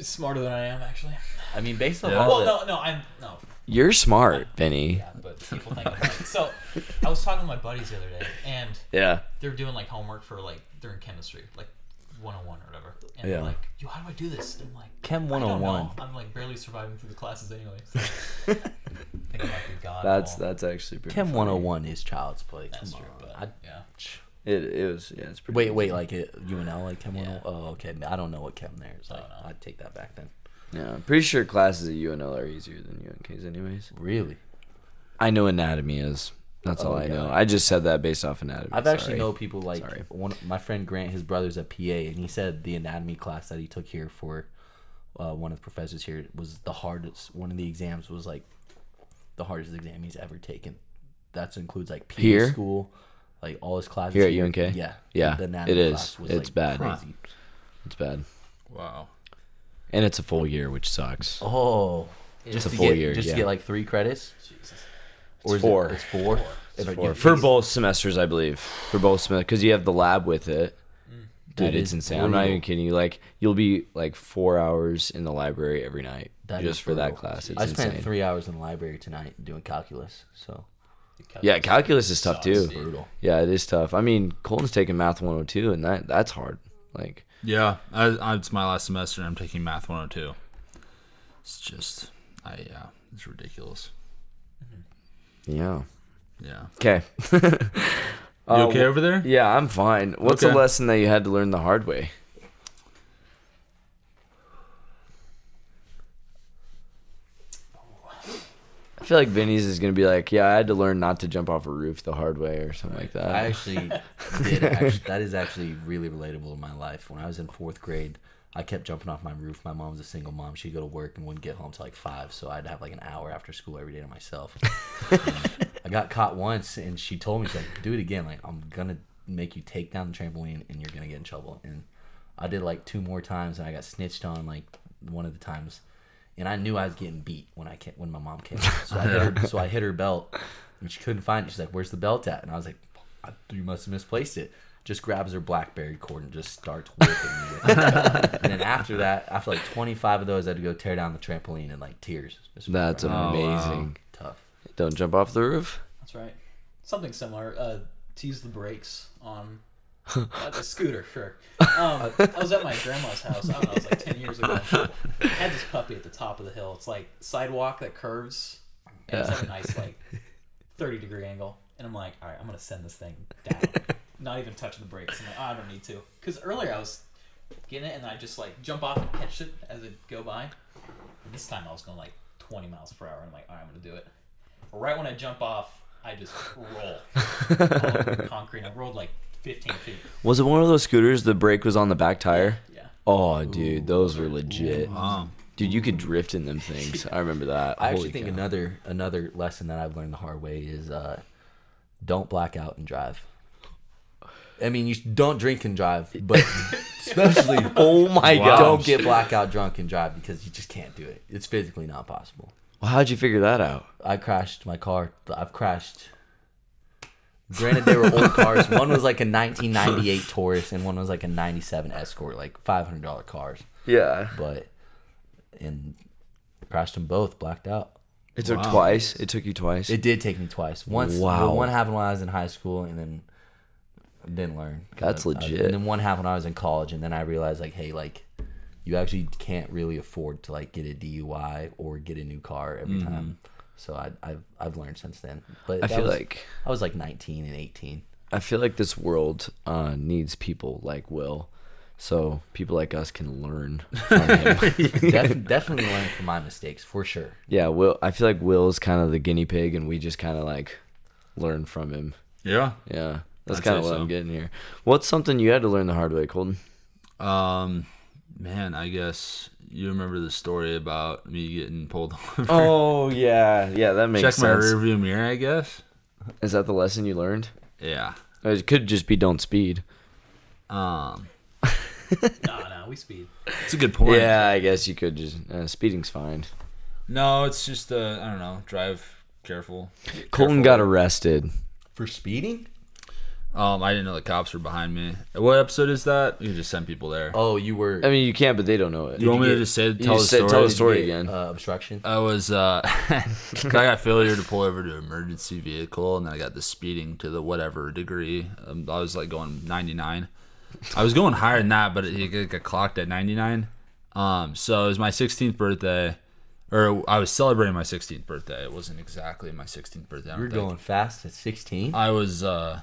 D: smarter than I am, actually.
C: I mean, based on
B: Yeah.
C: all
D: Well,
C: that,
D: no, no, I'm no,
A: You're smart, Vinny.
D: yeah, but people think. I'm so, I was talking to my buddies the other day, and
A: Yeah.
D: they're doing like homework for like they're in chemistry, like 101 or whatever. And
C: Yeah.
D: they're like, "Yo, how do I do this?" And I'm like,
C: Chem
D: I don't
C: 101.
D: know. I'm like barely surviving through the classes anyway. So. I think I might be God.
A: That's
D: awful.
A: that's actually pretty.
C: Chem
A: funny.
C: 101 is child's play. Come
D: That's
C: on.
D: true, but
C: I-
D: yeah.
A: It, it was yeah. It's pretty.
C: Wait, wait, like it, UNL, like Chem
D: Yeah.
C: 101? Oh, okay. I don't know what Chem there is. Like,
D: don't know.
C: I'd take that back then.
A: Yeah, I'm pretty sure classes at UNL are easier than UNK's, anyways.
C: Really?
A: I know anatomy is. That's
C: Oh,
A: all I
C: God.
A: know. I just said that based off anatomy.
C: I've actually
A: sorry.
C: know people like
A: Sorry.
C: one. My friend Grant, his brother's at PA, and he said the anatomy class that he took here for uh, one of the professors here was the hardest. One of the exams was like the hardest exam he's ever taken. That includes like PA
A: Here?
C: school, like all his classes
A: Here at UNK?
C: Yeah,
A: Yeah, it is. It's bad.
C: Crazy.
A: It's bad.
B: Wow.
A: And it's a full year, which sucks.
C: Oh, just
A: a
C: to
A: full
C: get,
A: year,
C: Just
A: yeah.
C: to get like three credits. Or
A: It's
C: is it-
A: four.
C: it's four. It's
A: for, for both semesters, I believe. For both semesters, because you have the lab with it. Dude,
C: Mm. That
A: it's
C: is
A: insane. I'm not
C: brutal.
A: even kidding you. Like, you'll be like four hours in the library every night
C: That
A: just
C: is
A: for that
C: brutal.
A: class. It's
C: I
A: insane.
C: spent three hours in the library tonight doing calculus. So
A: Yeah, calculus is tough too.
C: brutal.
A: Yeah, it is tough. I mean, Colton's taking math 102, and that that's hard. Like,
B: Yeah, I, I, it's my last semester, and I'm taking math 102. It's just, I yeah, it's ridiculous.
A: yeah.
B: Yeah.
A: Okay.
B: You
A: Uh,
B: okay over there?
A: yeah, I'm fine. What's a
B: Okay.
A: lesson that you had to learn the hard way? I feel like Vinny's is gonna be like, yeah, I had to learn not to jump off a roof the hard way or something like that.
C: I actually did. Actually, that is actually really relatable to my life. When I was in fourth grade, I kept jumping off my roof. My mom was a single mom. She'd go to work and wouldn't get home till like five, so I'd have like an hour after school every day to myself. Um, I got caught once, and she told me, she's like, do it again. Like, I'm going to make you take down the trampoline, and you're going to get in trouble. And I did like two more times, and I got snitched on like one of the times. And I knew I was getting beat when I came, when my mom came. So I, hit her, so I hit her belt, and she couldn't find it. She's like, "Where's the belt at?" And I was like, I, "You must have misplaced it." Just grabs her BlackBerry cord and just starts whipping me. With it. and then after that, after like 25 of those, I had to go tear down the trampoline in like tears. This was
A: That's
C: rough.
A: amazing.
C: tough.
A: Don't jump off the roof.
D: That's right. Something similar. Uh, tease the brakes on uh, a scooter, sure. Um, I was at my grandma's house. I don't know. It was like ten years ago. I had this puppy at the top of the hill. It's like sidewalk that curves. And it's like a nice like thirty degree angle. And I'm like, all right, I'm gonna send this thing down. Not even touching the brakes. I'm like, oh, I don't need to. Because earlier I was getting it and I just like jump off and catch it as it go by. And this time I was going like 20 miles per hour. And I'm like, all right, I'm gonna do it right when I jump off, I just roll all over the concrete. I rolled like 15 feet.
A: Was it one of those scooters the brake was on the back tire?
D: Yeah.
A: Oh, dude, those were legit.
B: Wow.
A: Dude, you could drift in them things. I remember that.
C: I actually
A: Holy
C: think
A: cow.
C: another another lesson that I've learned the hard way is uh, don't black out and drive. I mean, you sh- don't drink and drive, but especially
A: Oh my
B: Wow.
A: god.
C: don't get blackout drunk and drive because you just can't do it. It's physically not possible.
A: Well, how'd you figure that out?
C: I crashed my car. I've crashed. Granted, they were old cars. One was like a 1998 Taurus, and one was like a 97 Escort, like $500 cars.
A: Yeah.
C: But and crashed them both, blacked out.
A: It took twice. It took you twice.
C: It did take me twice. Once,
A: Wow.
C: wow. one happened when I was in high school, and then I didn't learn.
A: That's
C: I- I-
A: legit.
C: and then one happened when I was in college, and then I realized like, hey, like, you actually can't really afford to like get a DUI or get a new car every time. So I, I've I've learned since then. But
A: I
C: that
A: feel
C: was-
A: like
C: I was like 19 and 18.
A: I feel like this world uh, needs people like Will, so people like us can learn from him.
C: Def- definitely learned from my mistakes for sure.
A: yeah, Will. I feel like Will is kind of the guinea pig, and we just kind of like learn from him.
B: Yeah.
A: Yeah, that's
B: I'd
A: kind of
B: say
A: what I'm
B: so.
A: getting here. What's something you had to learn the hard way, Colton?
B: Um, man, I guess you remember the story about me getting pulled over.
A: Oh yeah, yeah, that makes
B: Check my
A: sense.
B: rearview mirror, I guess.
A: Is that the lesson you learned? Uh,
B: Yeah.
A: It could just be don't speed.
B: Um,
D: No, no, we speed.
B: it's a good point.
A: Yeah, I guess you could just uh, speeding's fine.
B: No, it's just uh, I don't know. Drive careful.
A: Colton got arrested.
C: For speeding?
B: Um, I didn't know the cops were behind me. What episode is that? You can just send people there.
C: Oh, you were
A: I mean, you can't, but they don't know it.
B: you want me
C: you
B: to
C: get-
B: just say
A: You
B: tell the
A: just said-
B: story?
A: tell the story again.
C: uh, obstruction.
B: I was uh, 'cause I got failure to pull over to emergency vehicle, and then I got the speeding to the whatever degree. Um, I was like going 99. I was going higher than that, but it, it got clocked at 99. Um, so it was my 16th birthday, or I was celebrating my 16th birthday. It wasn't exactly my 16th birthday. I don't
C: You're
B: think.
C: going fast at 16.
B: I was. Uh,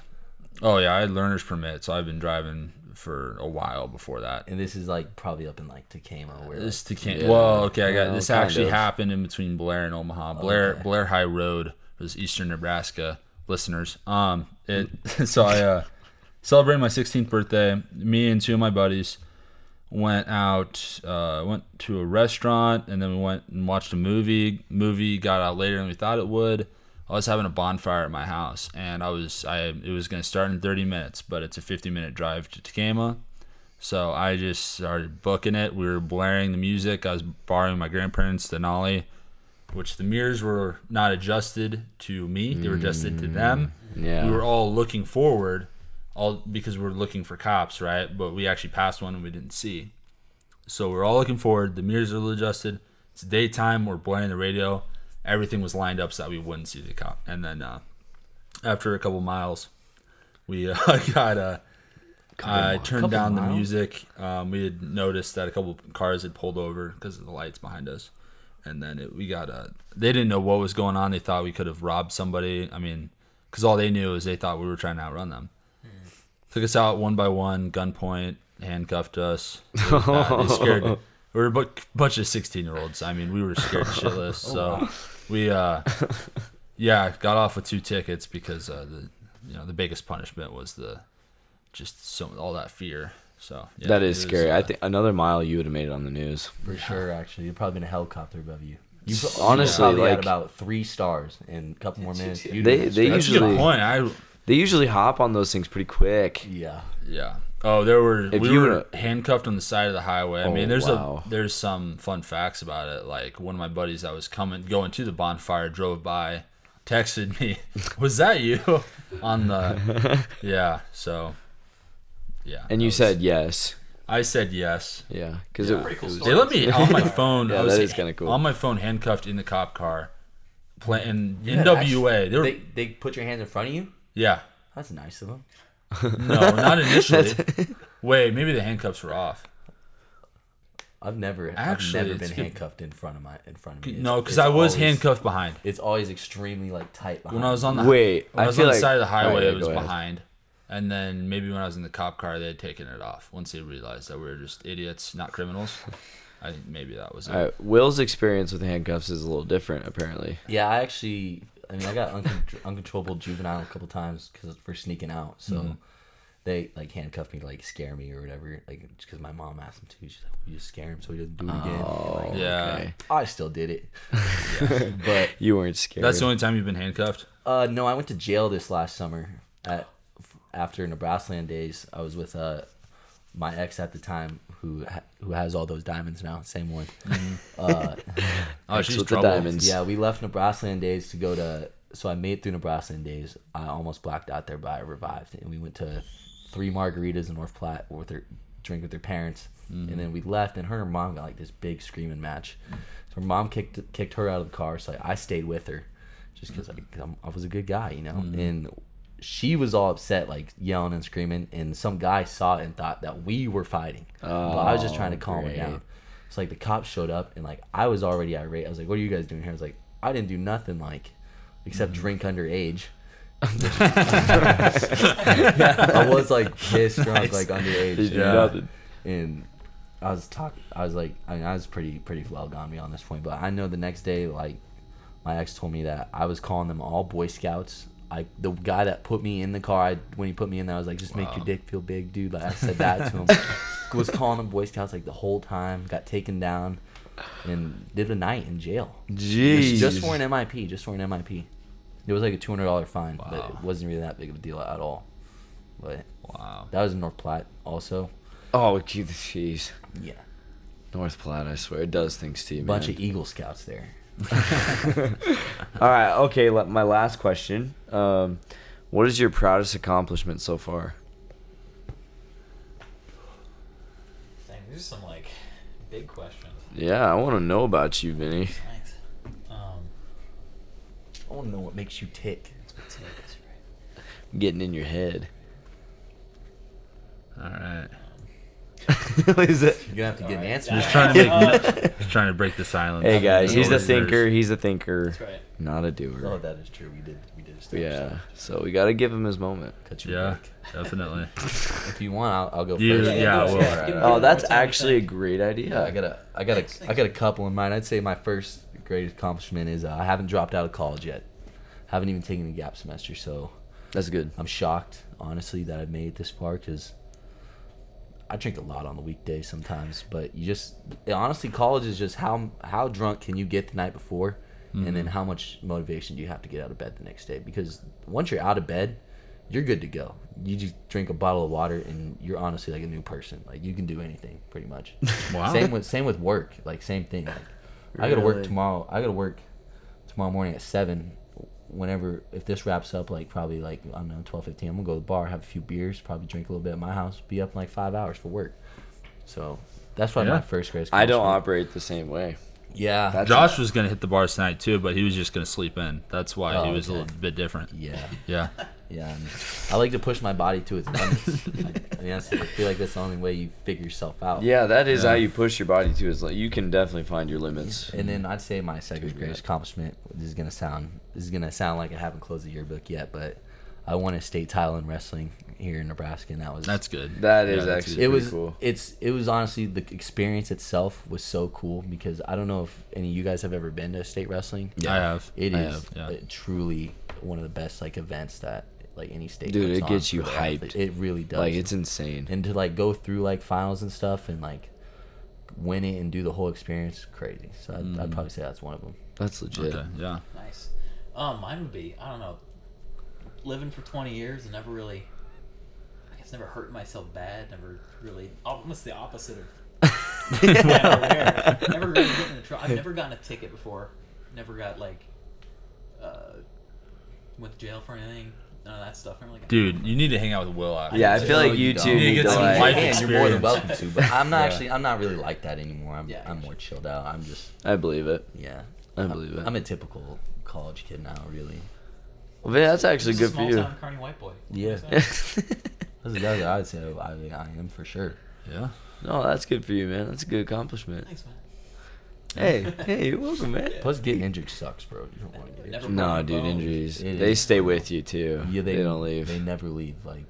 B: oh yeah, I had learner's permit, so I've been driving for a while before that.
C: and this is like probably up in like Tacoma where
B: This
C: like,
B: to Can- Whoa, okay, I got
A: Well,
B: this
A: kind
B: actually
A: of.
B: happened in between Blair and Omaha. Blair
C: Okay.
B: Blair High Road was eastern Nebraska. listeners. Um, it, so I uh, celebrated my 16th birthday. Me and two of my buddies went out, uh, went to a restaurant, and then we went and watched a movie. Movie got out later than we thought it would. I was having a bonfire at my house, and I was I it was gonna start in 30 minutes, but it's a 50 minute drive to Tacoma. So I just started booking it. We were blaring the music. I was borrowing my grandparents' Denali, which the mirrors were not adjusted to me; they were adjusted to them.
A: Mm, Yeah.
B: We were all looking forward, all because we were looking for cops, right? But we actually passed one and we didn't see. So we're all looking forward. The mirrors are adjusted. It's daytime. We're blaring the radio. Everything was lined up so that we wouldn't see the cop. And then uh, after a couple miles, we uh, got uh, I turned down the music. Um, we had noticed that a couple cars had pulled over because of the lights behind us, and then it, we got a. They didn't know what was going on. They thought we could have robbed somebody. I mean, because all they knew is they thought we were trying to outrun them. Took us out one by one, gunpoint, handcuffed us. It was bad. They scared. We were a bu- bunch of sixteen-year-olds. I mean, we were scared shitless. So we, uh, yeah, got off with two tickets because uh, the, you know, the biggest punishment was the just some all that fear. So yeah,
A: that
B: it
A: is
B: was,
A: scary.
B: uh,
A: I think another mile you would have made it on the news.
C: For sure, actually. You're probably in a helicopter above you. You pro-
A: Honestly,
C: probably
A: like-
C: had about three stars in a couple more minutes. you'd
A: They-
C: be in
A: they
C: space.
B: that's a
A: usually-
B: good point. I
A: They usually hop on those things pretty quick.
C: yeah.
B: yeah. Oh, there were
A: If
B: we
A: you
B: were
A: would've-
B: handcuffed on the side of the highway. I
A: Oh,
B: mean, there's
A: wow.
B: a there's some fun facts about it. Like one of my buddies that was coming going to the bonfire drove by, texted me, "Was that you?" on the yeah. So yeah.
A: And you
B: that was-
A: said yes.
B: I said yes.
A: Yeah, because it,
D: Pretty cool
A: it was-
D: story.
B: They let me on my phone.
A: Yeah,
B: I was
A: that is kinda cool.
B: On my phone, handcuffed in the cop car, playing
C: Yeah, that's-
B: NWA. They were
C: They, they put your hands in front of you?
B: yeah.
C: That's nice of them.
B: No, not initially. Wait, maybe the handcuffs were off.
C: I've never
B: Actually,
C: I've never
B: it's
C: been
B: good.
C: handcuffed in front of my in front of me. It's-
B: No, because
C: it's
B: I was
C: always-
B: handcuffed behind.
C: It's always extremely like tight behind.
B: When I was on the
A: Wait,
B: when I,
A: I
B: was
A: feel
B: on the
A: like-
B: side of the highway,
A: Alright, yeah,
B: it was
A: go ahead.
B: behind. And then maybe when I was in the cop car, they had taken it off once they realized that we were just idiots, not criminals. I think maybe that was it.
A: uh, Will's experience with handcuffs is a little different, apparently.
C: Yeah, I actually, I mean, I got uncon- uncontrollable juvenile a couple times because for sneaking out. So
B: Mm-hmm.
C: they like handcuffed me, to, like scare me or whatever. Like because my mom asked him to. She's like, "Will you just scare him so he doesn't do it again?"
A: Oh.
C: And, like,
B: yeah,
C: I still did it, but
A: you weren't scared.
B: that's the only time you've been handcuffed.
C: uh, no, I went to jail this last summer at f- after Nebraskaland days. I was with uh my ex at the time who ha- who has all those diamonds now, same one. Uh,
B: Oh, she's
A: with the
B: trouble.
A: diamonds.
C: Yeah, we left Nebraskaland Days to go to. So I made it through Nebraskaland Days. I almost blacked out there, but I revived. And we went to three margaritas in North Platte with her drink with her parents. And then we left, and her and her mom got like this big screaming match. So her mom kicked kicked her out of the car. So I stayed with her, just because I, I was a good guy, you know. And she was all upset, like yelling and screaming. And some guy saw it and thought that we were fighting. but I was just trying to calm
A: Oh, great.
C: her down. So like the cops showed up and like I was already irate. I was like, "What are you guys doing here?" I was like, "I didn't do nothing like, except
A: Mm-hmm.
C: drink underage." I was like pissed drunk, like underage,
A: Did
C: yeah.
A: nothing.
C: and I was talking. I was like, I mean, I was pretty pretty well gone beyond this point, but I know the next day, like my ex told me that I was calling them all Boy Scouts. I the guy that put me in the car, I, when he put me in there, I was like, just make your dick feel big, dude. Like I said that to him. was calling them Boy Scouts like the whole time. Got taken down and did a night in jail
A: Jeez.
C: just for an MIP. Just for an MIP. It was like a two hundred dollar fine, but it wasn't really that big of a deal at all. But
B: Wow.
C: that was in North Platte, also.
A: oh, gee- jeez.
C: Yeah,
A: North Platte, I swear, it does things to you, man.
C: bunch of e- Eagle Scouts there.
A: All right, okay. la- My last question: um, What is your proudest accomplishment so far?
D: Dang, these are some like big questions.
A: Yeah, I want to know about you, Vinny.
D: Thanks. Um,
C: I want to know what makes you tick.
D: let's take this right.
A: Getting in your head.
B: All right.
A: is it?
C: You're gonna have to get an answer.
B: Just trying to make, just trying to break the silence.
A: Hey guys, he's a
B: Listeners.
A: thinker. He's a thinker,
D: That's right.
A: not a doer.
C: Oh, that is true. We did. We did. Establish
A: yeah, so we gotta give him his moment.
C: That. Cut your
B: Yeah,
C: break.
B: definitely.
C: If you want, I'll, I'll go
B: You- yeah,
C: first.
D: do it.
B: well,
D: Yeah,
B: right,
D: give it
A: Oh,
D: a
A: that's
D: go. Tell me
A: actually a
D: things.
A: great idea.
C: Yeah, I got a, I got a, I got a couple in mind. I'd say my first greatest accomplishment is uh, I haven't dropped out of college yet. Haven't even taken a gap semester, so
A: That's good.
C: I'm shocked, honestly, that I've made it this far because I drink a lot on the weekdays sometimes. But you just honestly, college is just how how drunk can you get the night before, and then how much motivation do you have to get out of bed the next day? Because once you're out of bed, you're good to go. You just drink a bottle of water, and you're honestly like a new person. Like you can do anything pretty much.
B: Wow.
C: Same with same with work. Like same thing. Like I gotta work
A: Really?
C: tomorrow. I gotta work tomorrow morning at seven. Whenever if this wraps up, like probably like I don't know twelve fifteen, I'm gonna go to the bar, have a few beers, probably drink a little bit at my house, be up in like five hours for work. So that's why
B: Yeah.
C: my first grade. is
A: I don't
C: college
A: operate the same way.
C: work. Yeah,
A: That's
B: Josh was gonna hit the bars tonight too, but he was just gonna sleep in. That's why he
C: Oh,
B: was
C: okay.
B: a little bit different.
C: yeah,
B: Yeah.
C: yeah. and I like to push my body to its limits. I mean, that's, I feel like that's the only way you figure yourself out.
A: Yeah, that is
B: Yeah.
A: how you push your body too. Is like you can definitely find your limits.
C: And then I'd say my second
A: Mm. Dude,
C: greatest
A: yeah.
C: accomplishment. This is gonna sound this is gonna sound like I haven't closed the yearbook yet, but I won a state title in wrestling here in Nebraska, and that was
B: That's good.
A: That is
B: Yeah, that's
A: actually
B: good.
C: it
A: pretty
C: was
A: cool.
C: it's it was honestly the experience itself was so cool because I don't know if any of you guys have ever been to state wrestling.
B: I have.
C: It is
B: I have, yeah.
C: uh, truly one of the best like events that like any state.
A: Dude,
C: puts
A: it
C: on
A: gets you
C: for the
A: hyped.
C: athlete. It really does.
A: Like it's insane.
C: and to like go through like finals and stuff and like win it and do the whole experience crazy. So I'd,
A: Mm.
C: I'd probably say that's one of them.
A: That's legit.
B: Okay, yeah.
D: Nice. Um, mine would be I don't know, living for twenty years and never really, I guess never hurt myself bad. Never really, almost the opposite of. Yeah, rare. never really getting in trouble. I've never gotten a ticket before. Never got like, uh, went to jail for anything. None of that stuff. I'm like,
B: Dude, you need to hang out with Will after.
A: Yeah, I feel
C: No,
A: like
C: you
A: you
C: don't.
A: two
C: You
A: need
B: get
A: to
B: some
A: like.
B: life-
C: Man, you're more than
B: experience.
C: welcome to, but I'm not
B: Yeah.
C: actually I'm not really like that anymore. I'm
D: Yeah.
C: I'm more chilled out. I'm just
A: I believe it.
C: yeah.
A: I believe it.
C: I'm a typical college kid now, really.
A: Well, man, that's actually
D: Just
A: good
D: a
A: for
D: small
A: you.
D: town Kearney white boy.
C: Yeah. That's that's what I would say I, I am for sure.
B: Yeah.
A: no, that's good for you, man. That's a good accomplishment.
D: Thanks, man.
A: Hey, hey, you're welcome, man.
C: Plus, getting injured sucks, bro. You don't want to get
D: Never
C: injured.
A: No,
D: broken
A: dude,
D: bones.
A: injuries.
C: It
A: They
C: is.
A: stay with you too.
C: Yeah, they,
A: don't leave.
C: They never leave. Like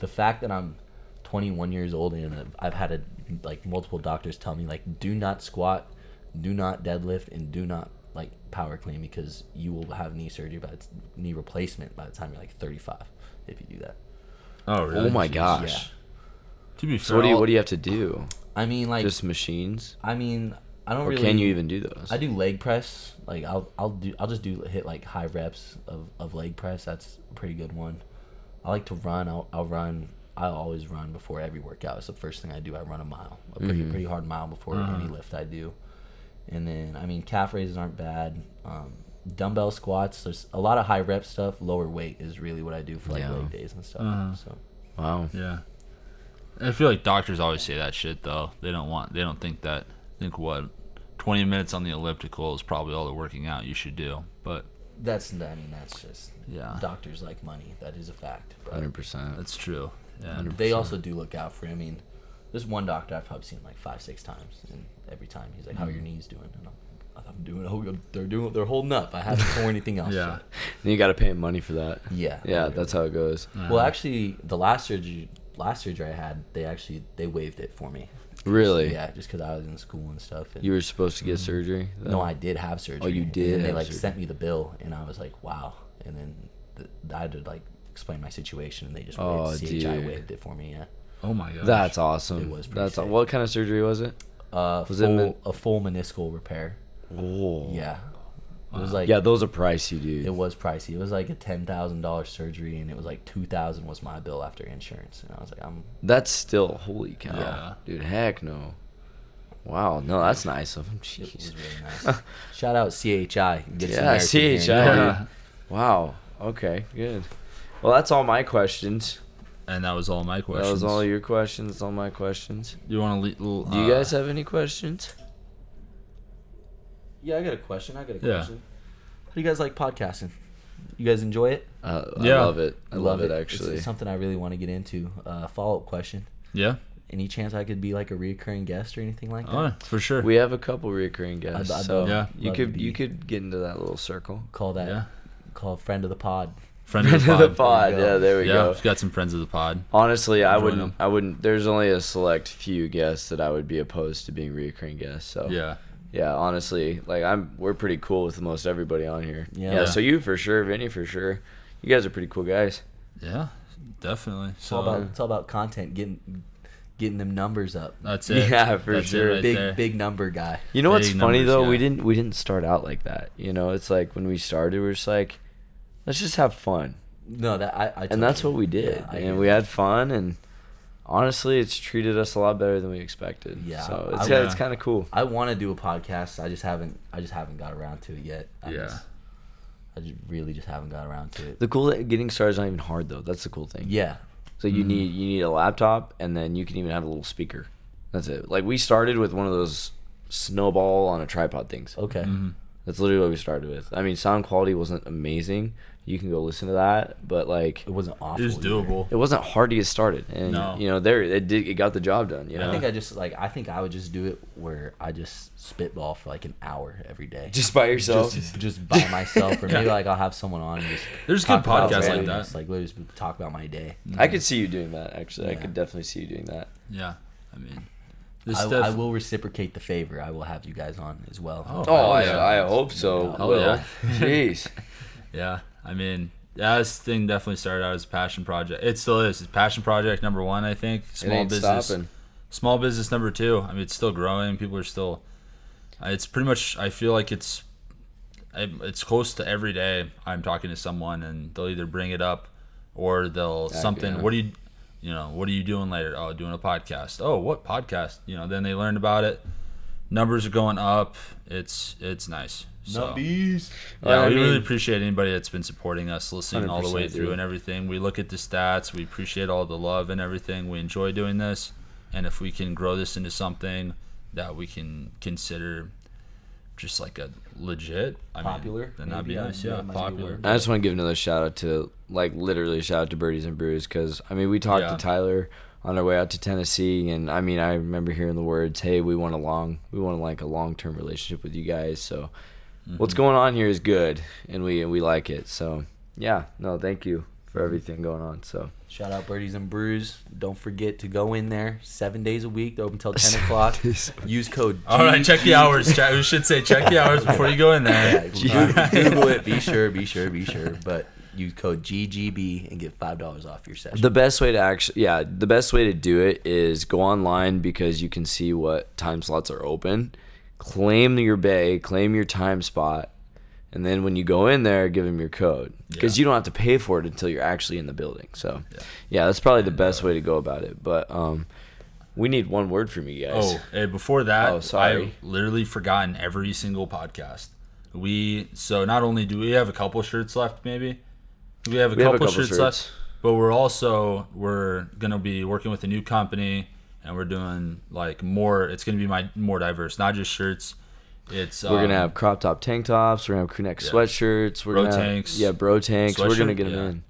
C: the fact that I'm 21 years old and I've, I've had a, like multiple doctors tell me like do not squat, do not deadlift, and do not like power clean because you will have knee surgery by the- knee replacement by the time you're like 35 if you do that.
B: Oh really?
A: oh my
B: Jeez.
A: gosh.
B: To be fair,
A: So what do you
B: all-
A: what do you have to do?
C: I mean like
A: Just machines,
C: I mean I don't
A: or
C: really
A: can you even do those?
C: I do leg press. Like I'll I'll do I'll just do hit like high reps of, of leg press. That's a pretty good one. I like to run. I'll, I'll run. I always run before every workout. It's the first thing I do. I run a mile, a pretty
A: Mm-hmm.
C: pretty hard mile before any lift I do. And then I mean calf raises aren't bad. Um, dumbbell squats. There's a lot of high rep stuff. Lower weight is really what I do for like
A: Yeah.
C: leg days and stuff. So
A: Wow.
B: Yeah. I feel like doctors always say that shit though. They don't want they don't think that think what 20 minutes on the elliptical is probably all the working out you should do. But
C: that's I mean that's just
B: Yeah.
C: Doctors like money. That is a fact. But
A: Hundred percent.
B: that's true. Yeah.
C: They also do look out for. you. I mean, this one doctor I've probably seen like five, six times, and every time he's like, "How are your
A: Mm-hmm.
C: knees doing?" And I'm, like, I'm doing. Oh, good. they're doing. They're holding up. I haven't torn anything else.
B: Yeah.
C: yet."
A: And you got to pay him money for that.
C: Mm, Yeah. Mm,
A: Yeah, that's how it goes.
C: Well, actually, the last surgery, last surgery I had, they actually they waived it for me.
A: Really?
C: Yeah, just because I was in school and stuff. And
A: You were supposed to get surgery. though?
C: no, I did have surgery.
A: Oh, you
C: And
A: did
C: then they
A: have
C: like
A: surgery.
C: sent me the bill, and I was like, "Wow!" And then th- I had to like explain my situation, and they just
A: Oh,
C: waived, CHI
A: dude.
C: waived it for me. Yeah.
B: Oh my gosh.
A: That's awesome.
C: It was pretty
A: That's
C: sick.
A: what kind of surgery was it?
C: Uh,
A: Was it
C: full,
A: men-
C: a full meniscal repair.
A: Oh. Yeah.
C: Yeah. It was like
A: Yeah, those are pricey, dude.
C: it was pricey. It was like a ten thousand dollar surgery, and it was like two thousand was my bill after insurance, and I was like, I'm
A: That's still holy cow,
B: Yeah.
A: dude. Heck no. Wow, no, that's nice of him.
C: it
A: Jeez.
C: was really nice. Shout out CHI. Good
A: Yeah,
C: Samaritan here in
A: CHI.
C: Denver.
B: Yeah.
A: Wow. Okay. Good. Well, that's all my questions.
B: And that was all my
A: That
B: questions.
A: was all your questions. That's all my questions.
B: you want to le- uh,
A: Do you guys have any questions?
C: Yeah, I got a question. I got a
B: Yeah.
C: question. How do you guys like podcasting? You guys enjoy it?
A: Uh,
B: Yeah.
A: I love it. I love, it,
C: It's-
A: actually.
C: it's something I really want to get into. Uh, Follow up question.
B: Yeah.
C: Any chance I could be like a recurring guest or anything like that?
B: Oh, for sure.
A: we have a couple recurring guests,
C: I'd
A: so
C: love-
B: Yeah.
A: you
C: love to
A: could
C: be-
A: you could get into that little circle.
C: Call that.
B: yeah.
C: Call friend of the pod.
B: Friends of
A: the pod,
C: go.
A: yeah, there we
B: yeah,
A: go.
B: we've got some friends of the pod.
A: Honestly, I
B: Join
A: wouldn't.
B: 'em.
A: I wouldn't. There's only a select few guests that I would be opposed to being recurring guests. So
B: Yeah.
A: yeah, honestly, like I'm, we're pretty cool with most everybody on here.
C: Yeah.
A: Yeah. So you for sure, Vinny for sure. You guys are pretty cool guys.
B: Yeah, definitely.
C: It's all about
B: So uh,
C: it's all about content getting getting them numbers up.
B: that's it.
A: Yeah, for
B: That's it
A: sure.
B: right
C: big
B: there.
C: big number guy.
A: You know what's
B: Big
A: funny
B: numbers,
A: though?
B: yeah.
A: We didn't we didn't start out like that. You know, it's like when we started, we are just like, let's just have fun,
C: No, that I, I
A: and that's what we did. and we had fun, and honestly, it's treated us a lot better than we expected.
C: Yeah,
A: So
C: I
A: it's
B: would-
A: it's kind of cool.
C: I want to do a podcast. I just haven't I just haven't got around to it yet. I
B: Yeah.
C: Just, I just really just haven't got around to it.
A: The cool that getting started is not even hard though. That's the cool thing.
C: Yeah.
A: So you need you need a laptop, and then you can even have a little speaker. That's it. Like we started with one of those snowball on a tripod things.
C: Okay.
B: Mm-hmm.
A: That's literally what we started with. I mean, sound quality wasn't amazing. You can go listen to that, but like
C: It wasn't awful.
B: It was
C: either.
B: doable.
A: it wasn't hard to get started, and
B: No.
A: you know there it did it got the job done. You know,
C: I think I just like I think I would just do it where I just spitball for like an hour every day.
A: just by yourself.
C: just, just by myself, or maybe like I'll have someone on. And just
B: There's
C: talk
B: good
C: about
B: podcasts like
C: random-
B: that.
C: Just, like literally just talk about my day.
A: I could see you doing that. Actually, I
C: Yeah.
A: could definitely see you doing that.
B: Yeah, I mean, this
C: I,
B: stuff.
C: I will reciprocate the favor. I will have you guys on as well.
B: Oh.
A: Oh,
B: hell
A: I,
B: yeah.
A: I hope so.
B: Oh,
A: Will.
B: yeah.
A: Jeez.
B: Yeah, I mean, yeah, this thing definitely started out as a passion project. It still is. It's passion project number one, I think.
A: It
B: Small
A: ain't
B: business.
A: stopping.
B: Small business number two. I mean, it's still growing. People are still. I- It's pretty much. I feel like it's. I'm- It's close to every day. I'm talking to someone, and they'll either bring it up, or they'll something.
A: yeah.
B: What do you, you know, what are you doing later? Oh, doing a podcast. Oh, what podcast? You know, then they learned about it. Numbers are going up. It's it's nice. So. Yeah,
A: I
B: we really
A: mean-
B: appreciate anybody that's been supporting us, listening all the way
A: 100%,
B: through
A: dude.
B: and everything. We look at the stats, we appreciate all the love and everything. We enjoy doing this, and if we can grow this into something that we can consider just like a legit, I
C: Popular,
B: mean, then that'd be
C: maybe,
B: nice.
C: yeah,
B: Yeah,
C: that might be
B: popular.
C: one.
A: I just want to give another shout out to like literally shout out to Birdies and Brews because I mean we talked
B: Yeah.
A: to Tyler on our way out to Tennessee and I mean I remember hearing the words hey we want a long we want like a long term relationship with you guys so what's going on here is good and we and we like it so yeah no thank you for everything going on so
C: Shout out Birdies and Brews. Don't forget to go in there seven days a week. They're open until 10 o'clock.
A: days
C: Use code G-
B: All right, check the hours. Check, we should say check the hours before you go in there.
C: Google, Google it. Be sure, be sure, be sure. But use code GGB and get $5 off your session.
A: The best way to actually, yeah, the best way to do it is go online because you can see what time slots are open, claim your bay, claim your time spot, and then when you go in there, give them your code because
B: Yeah.
A: you don't have to pay for it until you're actually in the building. So, yeah, that's probably the best way to go about it. But um, we need one word from you guys.
B: Oh, hey, before that,
A: Oh, sorry.
B: I literally forgotten every single podcast. We so not only do we have a couple shirts left, maybe we have a,
A: We have a
B: couple,
A: couple
B: shirts,
A: shirts.
B: left, but we're also we're gonna be working with a new company, and we're doing like more. It's gonna be my more diverse, not just shirts. It's
A: We're
B: um,
A: gonna have crop top tank tops. We're gonna have crew neck sweatshirts. We're
B: Bro
A: gonna have-
B: tanks.
A: yeah, bro tanks. We're gonna
B: Sweatshirt?
A: get them
B: Yeah.
A: in.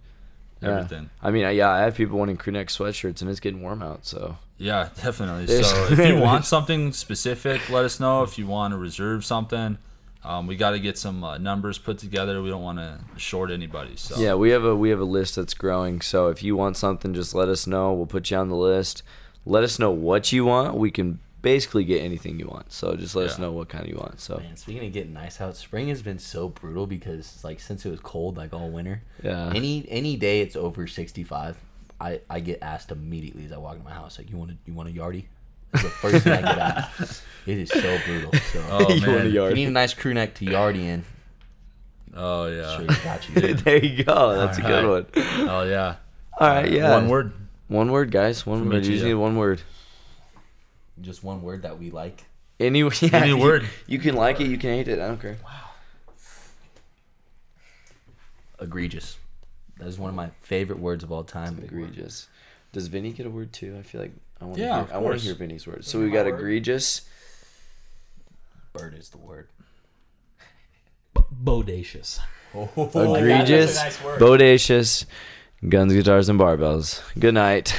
A: Yeah.
B: everything.
A: I mean, I- yeah, I have people wanting crew neck sweatshirts, and it's getting warm out. So
B: Yeah, definitely.
A: There's-
B: So if you want something specific, let us know. If you want to reserve something, um, we got to get some uh, numbers put together. We don't want to short anybody. So
A: Yeah, we have a we have a list that's growing. So if you want something, just let us know. We'll put you on the list. Let us know what you want. We can basically get anything you want. So just let us
B: Yeah.
A: know what kind you want. So
C: Man, speaking of getting nice out, spring has been so brutal because like since it was cold like all winter.
A: Yeah.
C: Any any day it's over sixty five, I I get asked immediately as I walk in my house like you want to you want a yardie. That's the first thing I get asked. It is so brutal. So
B: Oh
A: You want a
B: man.
A: yard?
C: if you need a nice crew neck to yardie in,
B: Oh yeah.
C: sure got you.
A: there you go. That's a good
B: Alright.
A: one.
B: Oh yeah.
A: All right, yeah.
B: One word.
A: One word, guys. One word.
B: each
A: You
B: of
A: just
B: you.
A: need one word.
C: Just one word that we like.
A: Any, yeah,
B: Any
A: you-
B: word.
A: You can like it. You can hate it. I don't care.
C: Egregious. That is one of my favorite words of all time.
A: Egregious. Does Vinny get a word too? I feel like I want to
B: Yeah, of
A: hear. I want
B: course.
A: to hear Vinny's word. So we got egregious.
C: Bird is the word.
D: Bodacious.
A: egregious,
D: nice word.
A: bodacious, guns, guitars, and barbells. Good night.